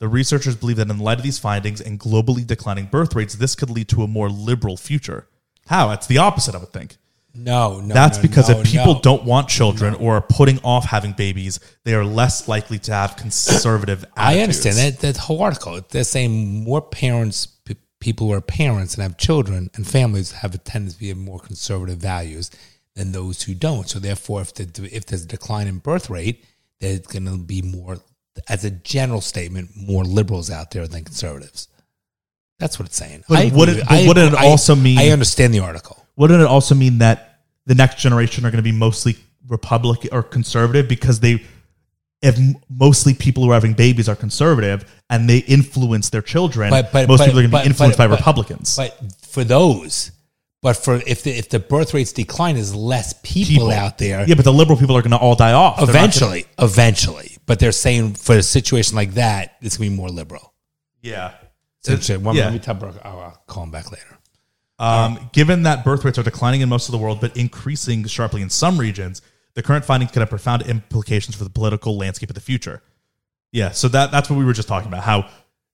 [SPEAKER 2] The researchers believe that in light of these findings and globally declining birth rates, this could lead to a more liberal future. How? It's the opposite, I would think.
[SPEAKER 3] No, no.
[SPEAKER 2] That's
[SPEAKER 3] no,
[SPEAKER 2] because
[SPEAKER 3] no,
[SPEAKER 2] if people
[SPEAKER 3] no.
[SPEAKER 2] don't want children or are putting off having babies, they are less likely to have conservative attitudes.
[SPEAKER 3] I understand that that whole article. They're saying more parents, p- people who are parents and have children and families have a tendency of more conservative values than those who don't. So therefore, if the, if there's a decline in birth rate, there's going to be more, as a general statement, more liberals out there than conservatives. That's what it's saying.
[SPEAKER 2] But
[SPEAKER 3] I
[SPEAKER 2] would
[SPEAKER 3] agree
[SPEAKER 2] it-
[SPEAKER 3] with-
[SPEAKER 2] but
[SPEAKER 3] I
[SPEAKER 2] wouldn't it
[SPEAKER 3] agree- I-
[SPEAKER 2] also mean-
[SPEAKER 3] I understand the article.
[SPEAKER 2] Wouldn't it also mean that the next generation are going to be mostly Republican or conservative because they, if mostly people who are having babies are conservative and they influence their children,
[SPEAKER 3] But, but
[SPEAKER 2] most
[SPEAKER 3] but-
[SPEAKER 2] people are going to
[SPEAKER 3] but-
[SPEAKER 2] be influenced
[SPEAKER 3] but-
[SPEAKER 2] by
[SPEAKER 3] but-
[SPEAKER 2] Republicans.
[SPEAKER 3] But for those, but for if the if the birth rates decline, is less people, out there.
[SPEAKER 2] Yeah, but the liberal people are going to all die off. They're not gonna-
[SPEAKER 3] eventually, eventually. But they're saying for a situation like that, it's gonna be more liberal.
[SPEAKER 2] Yeah.
[SPEAKER 3] So, so one,
[SPEAKER 2] yeah.
[SPEAKER 3] Let me tell Brooke. I'll, I'll call him back later.
[SPEAKER 2] Um, given that birth rates are declining in most of the world, but increasing sharply in some regions, the current findings could have profound implications for the political landscape of the future. Yeah, so that that's what we were just talking about. How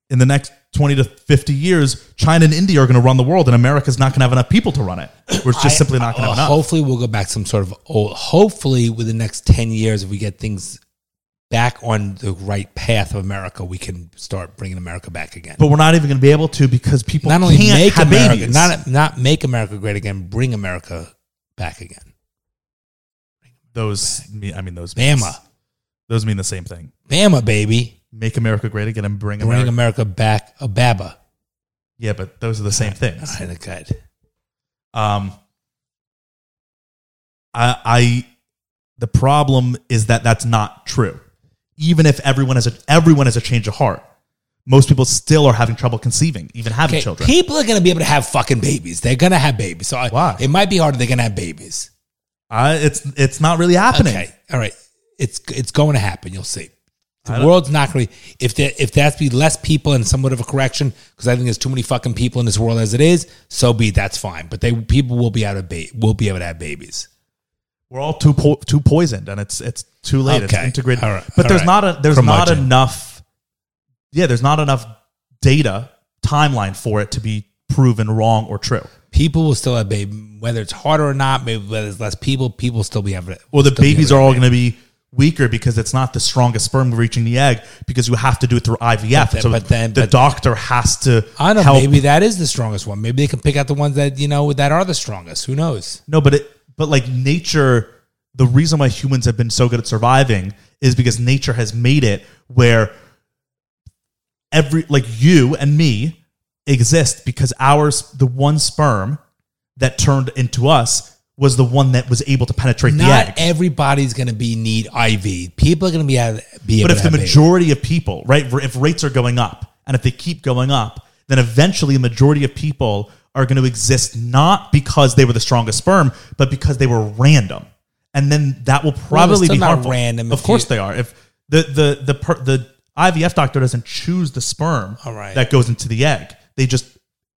[SPEAKER 2] in the next twenty to fifty years, China and India are going to run the world, and America's not going to have enough people to run it. We're just simply not going to
[SPEAKER 3] Uh,
[SPEAKER 2] have enough.
[SPEAKER 3] Hopefully, we'll go back to some sort of old. Hopefully, with the next ten years, if we get things back on the right path of America, we can start bringing America back again.
[SPEAKER 2] But we're not even going to be able to because people
[SPEAKER 3] not only
[SPEAKER 2] can't
[SPEAKER 3] make
[SPEAKER 2] have
[SPEAKER 3] America,
[SPEAKER 2] babies.
[SPEAKER 3] not not make America great again, bring America back again.
[SPEAKER 2] those. me- I mean those.
[SPEAKER 3] Bama.
[SPEAKER 2] means- Those mean the same thing.
[SPEAKER 3] Bama baby,
[SPEAKER 2] Make America great again and bring,
[SPEAKER 3] bring
[SPEAKER 2] America.
[SPEAKER 3] America, back. A baba.
[SPEAKER 2] Yeah, but those are the same things.
[SPEAKER 3] I think I'd-
[SPEAKER 2] Um, I, I, the problem is that that's not true. Even if everyone has a everyone has a change of heart, most people still are having trouble conceiving, even having
[SPEAKER 3] Okay,
[SPEAKER 2] children.
[SPEAKER 3] people are going to be able to have fucking babies. They're going to have babies. So I,
[SPEAKER 2] Why?
[SPEAKER 3] It might be harder. They're going to have babies.
[SPEAKER 2] I, it's it's not really happening.
[SPEAKER 3] Okay. All right. It's it's going to happen. You'll see. The
[SPEAKER 2] I don't-
[SPEAKER 3] world's not going to if there if there has to be less people and somewhat of a correction because I think there's too many fucking people in this world as it is. So be it, that's fine. But they people will be out of ba- will be able to have babies.
[SPEAKER 2] We're all too po- too poisoned, and it's it's too late. It's
[SPEAKER 3] Okay.
[SPEAKER 2] integrated,
[SPEAKER 3] All right.
[SPEAKER 2] but
[SPEAKER 3] All
[SPEAKER 2] there's
[SPEAKER 3] right.
[SPEAKER 2] not a there's not
[SPEAKER 3] Curmudgeon.
[SPEAKER 2] enough. Yeah, there's not enough data timeline for it to be proven wrong or true.
[SPEAKER 3] People will still have babies whether it's harder or not. Maybe whether there's less people, people will still be able to.
[SPEAKER 2] Well, the
[SPEAKER 3] still be
[SPEAKER 2] babies
[SPEAKER 3] able
[SPEAKER 2] are
[SPEAKER 3] to-
[SPEAKER 2] all going to be weaker because it's not the strongest sperm reaching the egg because you have to do it through IVF.
[SPEAKER 3] But then-
[SPEAKER 2] so
[SPEAKER 3] but then-
[SPEAKER 2] the
[SPEAKER 3] but-
[SPEAKER 2] doctor has to
[SPEAKER 3] I don't know.
[SPEAKER 2] help.
[SPEAKER 3] Maybe that is the strongest one. Maybe they can pick out the ones that you know that are the strongest. Who knows?
[SPEAKER 2] No, but it, but like nature, the reason why humans have been so good at surviving is because nature has made it where every like you and me exist because ours the one sperm that turned into us was the one that was able to penetrate
[SPEAKER 3] Not
[SPEAKER 2] the egg.
[SPEAKER 3] everybody's going to be need IV. People are going to be able be able
[SPEAKER 2] But
[SPEAKER 3] to
[SPEAKER 2] if the
[SPEAKER 3] have babies.
[SPEAKER 2] majority of people, right, if rates are going up and if they keep going up, then eventually a majority of people are going to exist not because they were the strongest sperm, but because they were random. And then that will probably
[SPEAKER 3] still
[SPEAKER 2] be
[SPEAKER 3] not
[SPEAKER 2] harmful.
[SPEAKER 3] random
[SPEAKER 2] Of
[SPEAKER 3] if
[SPEAKER 2] course
[SPEAKER 3] you-
[SPEAKER 2] they are. If the the the per, the IVF doctor doesn't choose the sperm
[SPEAKER 3] All right.
[SPEAKER 2] that goes into the egg, they just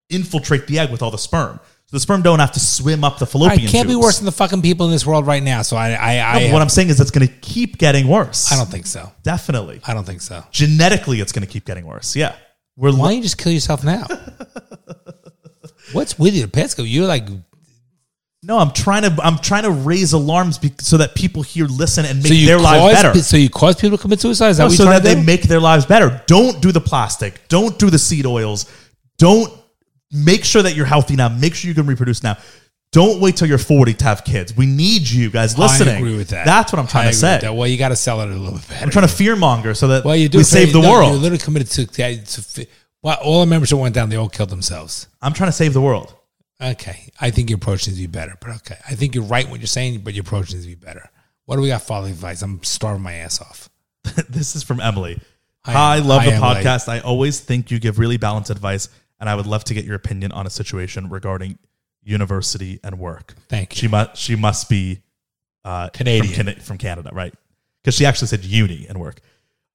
[SPEAKER 2] infiltrate the egg with all the sperm. So the sperm don't have to swim up the
[SPEAKER 3] I
[SPEAKER 2] fallopian.
[SPEAKER 3] can't be
[SPEAKER 2] tubes.
[SPEAKER 3] worse than the fucking people in this world right now. So I, I,
[SPEAKER 2] No,
[SPEAKER 3] I,
[SPEAKER 2] but what I'm saying is it's going to keep getting worse.
[SPEAKER 3] I don't think so.
[SPEAKER 2] definitely
[SPEAKER 3] I don't think so.
[SPEAKER 2] genetically it's going to keep getting worse. Yeah. We're
[SPEAKER 3] Why
[SPEAKER 2] li-
[SPEAKER 3] don't you just kill yourself now? What's with you, Pesco? You're like,
[SPEAKER 2] no, I'm trying to I'm trying to raise alarms be- so that people here listen and make
[SPEAKER 3] so you
[SPEAKER 2] their lives
[SPEAKER 3] cause,
[SPEAKER 2] better.
[SPEAKER 3] So you cause people to commit suicide? Is that
[SPEAKER 2] No,
[SPEAKER 3] what
[SPEAKER 2] so
[SPEAKER 3] you're
[SPEAKER 2] that
[SPEAKER 3] trying to
[SPEAKER 2] they
[SPEAKER 3] do?
[SPEAKER 2] make their lives better. Don't do the plastic. Don't do the seed oils. Don't make sure that you're healthy now. Make sure you can reproduce now. Don't wait till you're 40 to have kids. We need you guys listening.
[SPEAKER 3] I agree with that.
[SPEAKER 2] That's what I'm
[SPEAKER 3] I
[SPEAKER 2] trying to
[SPEAKER 3] agree
[SPEAKER 2] say.
[SPEAKER 3] with that. Well, you got to sell it a little bit better.
[SPEAKER 2] I'm trying to fear monger so that
[SPEAKER 3] well, you do
[SPEAKER 2] we
[SPEAKER 3] say-
[SPEAKER 2] save the
[SPEAKER 3] no,
[SPEAKER 2] world.
[SPEAKER 3] You're literally committed to. to, to well, all our members that went down, they all killed themselves.
[SPEAKER 2] I'm trying to save the world.
[SPEAKER 3] Okay, I think your approach needs to be better. But okay, I think you're right what you're saying, but your approach needs to be better. What do we got? Follow advice. I'm starving my ass off.
[SPEAKER 2] this is from Emily.
[SPEAKER 3] I am-
[SPEAKER 2] Hi, I love
[SPEAKER 3] I
[SPEAKER 2] the
[SPEAKER 3] am late.
[SPEAKER 2] podcast. I always think you give really balanced advice, and I would love to get your opinion on a situation regarding university and work.
[SPEAKER 3] Thank you.
[SPEAKER 2] She must she must be uh,
[SPEAKER 3] Canadian.
[SPEAKER 2] from, Cana- from Canada, right? Because she actually said uni and work.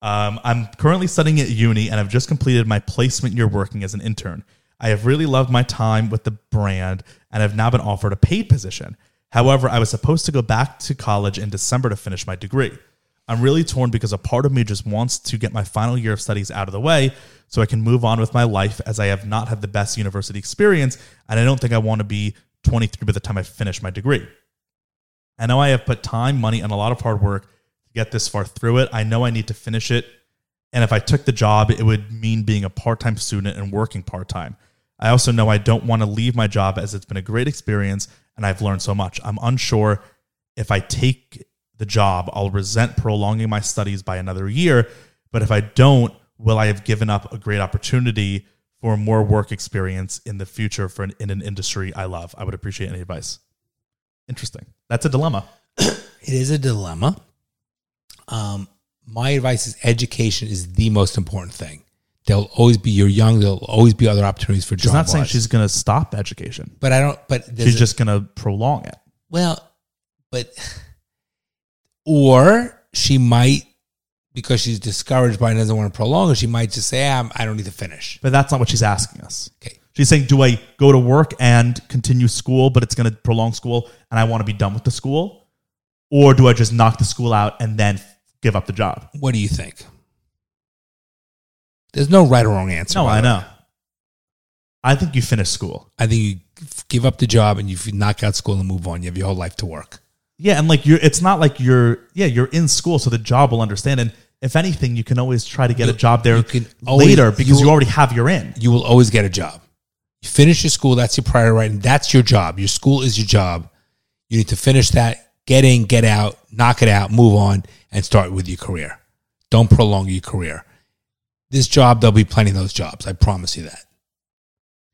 [SPEAKER 2] Um, I'm currently studying at uni and I've just completed my placement year working as an intern. I have really loved my time with the brand and have now been offered a paid position. However, I was supposed to go back to college in December to finish my degree. I'm really torn because a part of me just wants to get my final year of studies out of the way so I can move on with my life as I have not had the best university experience and I don't think I want to be 23 by the time I finish my degree. I know I have put time, money, and a lot of hard work to get this far through it. I know I need to finish it. And if I took the job, it would mean being a part time student and working part time. I also know I don't want to leave my job as it's been a great experience and I've learned so much. I'm unsure if I take the job, I'll resent prolonging my studies by another year. But if I don't, will I have given up a great opportunity for more work experience in the future for an, in an industry I love? I would appreciate any advice. Interesting. That's a dilemma.
[SPEAKER 3] It is a dilemma. Um, my advice is education is the most important thing. There'll always be you're young. There'll always be other opportunities for
[SPEAKER 2] She's
[SPEAKER 3] job.
[SPEAKER 2] not saying
[SPEAKER 3] loss.
[SPEAKER 2] she's going to stop education.
[SPEAKER 3] But I don't. But there's
[SPEAKER 2] She's
[SPEAKER 3] a-
[SPEAKER 2] just going to prolong it.
[SPEAKER 3] well, but or she might because she's discouraged by and doesn't want to prolong. Or she might just say, ah, I'm- "I don't need to finish."
[SPEAKER 2] But that's not what she's asking us.
[SPEAKER 3] Okay.
[SPEAKER 2] She's saying, do I go to work and continue school, but it's going to prolong school and I want to be done with the school? Or do I just knock the school out and then give up the job?
[SPEAKER 3] What do you think? There's no right or wrong answer.
[SPEAKER 2] No,
[SPEAKER 3] by
[SPEAKER 2] I
[SPEAKER 3] the way.
[SPEAKER 2] know. I think you finish school.
[SPEAKER 3] I think you give up the job and you knock out school and move on. You have your whole life to work.
[SPEAKER 2] Yeah, and like you're, it's not like you're, yeah, you're in school, so the job will understand. And If anything, you can always try to get
[SPEAKER 3] You-
[SPEAKER 2] a job there
[SPEAKER 3] you can always-
[SPEAKER 2] later because
[SPEAKER 3] you-
[SPEAKER 2] you, already have your in.
[SPEAKER 3] you will always get a job. You finish your school, that's your priority, right? And that's your job. Your school is your job. You need to finish that, get in, get out, knock it out, move on, and start with your career. Don't prolong your career. This job, there'll be plenty of those jobs. I promise you that.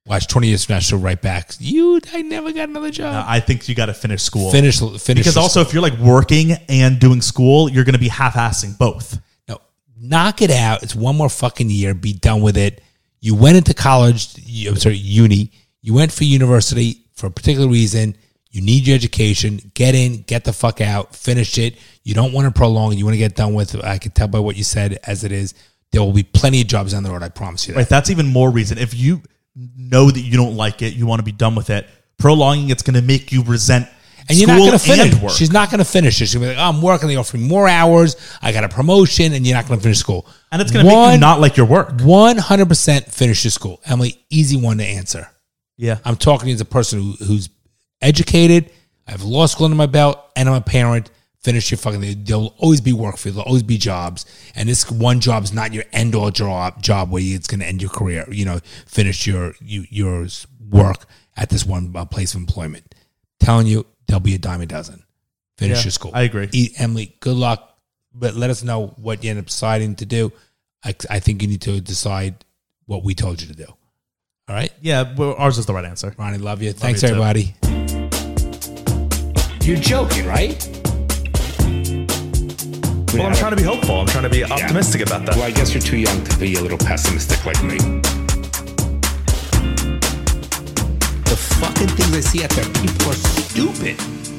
[SPEAKER 3] Watch 20 years from now, she'll write back, You, I never got another
[SPEAKER 2] Uh,
[SPEAKER 3] job.
[SPEAKER 2] I think you got to finish school.
[SPEAKER 3] Finish, finish.
[SPEAKER 2] because
[SPEAKER 3] your
[SPEAKER 2] also, if you're like working and doing school, you're going to be half-assing both.
[SPEAKER 3] No, knock it out. It's one more fucking year. Be done with it. You went into college. You, I'm sorry, uni. You went for university for a particular reason. You need your education. Get in. Get the fuck out. Finish it. You don't want to prolong. it. You want to get done with. it. I can tell by what you said. As it is, there will be plenty of jobs down the road. I promise you that.
[SPEAKER 2] Right. That's even more reason. If you know that you don't like it, you want to be done with it. Prolonging it's going to make you resent.
[SPEAKER 3] And you're not
[SPEAKER 2] school
[SPEAKER 3] going to finish.
[SPEAKER 2] and work.
[SPEAKER 3] She's not going to finish it. She'll be like, oh, "I'm working. They offer me more hours. I got a promotion, and you're not going to finish school."
[SPEAKER 2] and it's going to make you not like your work.
[SPEAKER 3] One hundred percent finish your school, Emily. Easy one to answer.
[SPEAKER 2] Yeah.
[SPEAKER 3] I'm talking as a person who, who's educated. I have law school under my belt, and I'm a parent. Finish your fucking. There'll always be work for you. There'll always be jobs, and this one job's not your end all job. Job where you- it's going to end your career. You know, finish your you, your work at this one uh, place of employment. Telling you, there'll be a dime a dozen. Finish
[SPEAKER 2] Yeah,
[SPEAKER 3] your school.
[SPEAKER 2] I agree.
[SPEAKER 3] E- Emily, good luck, but let us know what you end up deciding to do. I, I think you need to decide what we told you to do. All right.
[SPEAKER 2] Yeah. Well, ours is the right answer.
[SPEAKER 3] Ronnie, love you. Thanks,
[SPEAKER 2] you too.
[SPEAKER 3] everybody. You're joking, right?
[SPEAKER 6] Well, I'm trying to be hopeful. I'm trying to be optimistic about that.
[SPEAKER 7] Well, I guess you're too young to be a little pessimistic like me.
[SPEAKER 1] The fucking things I see out there, people are stupid.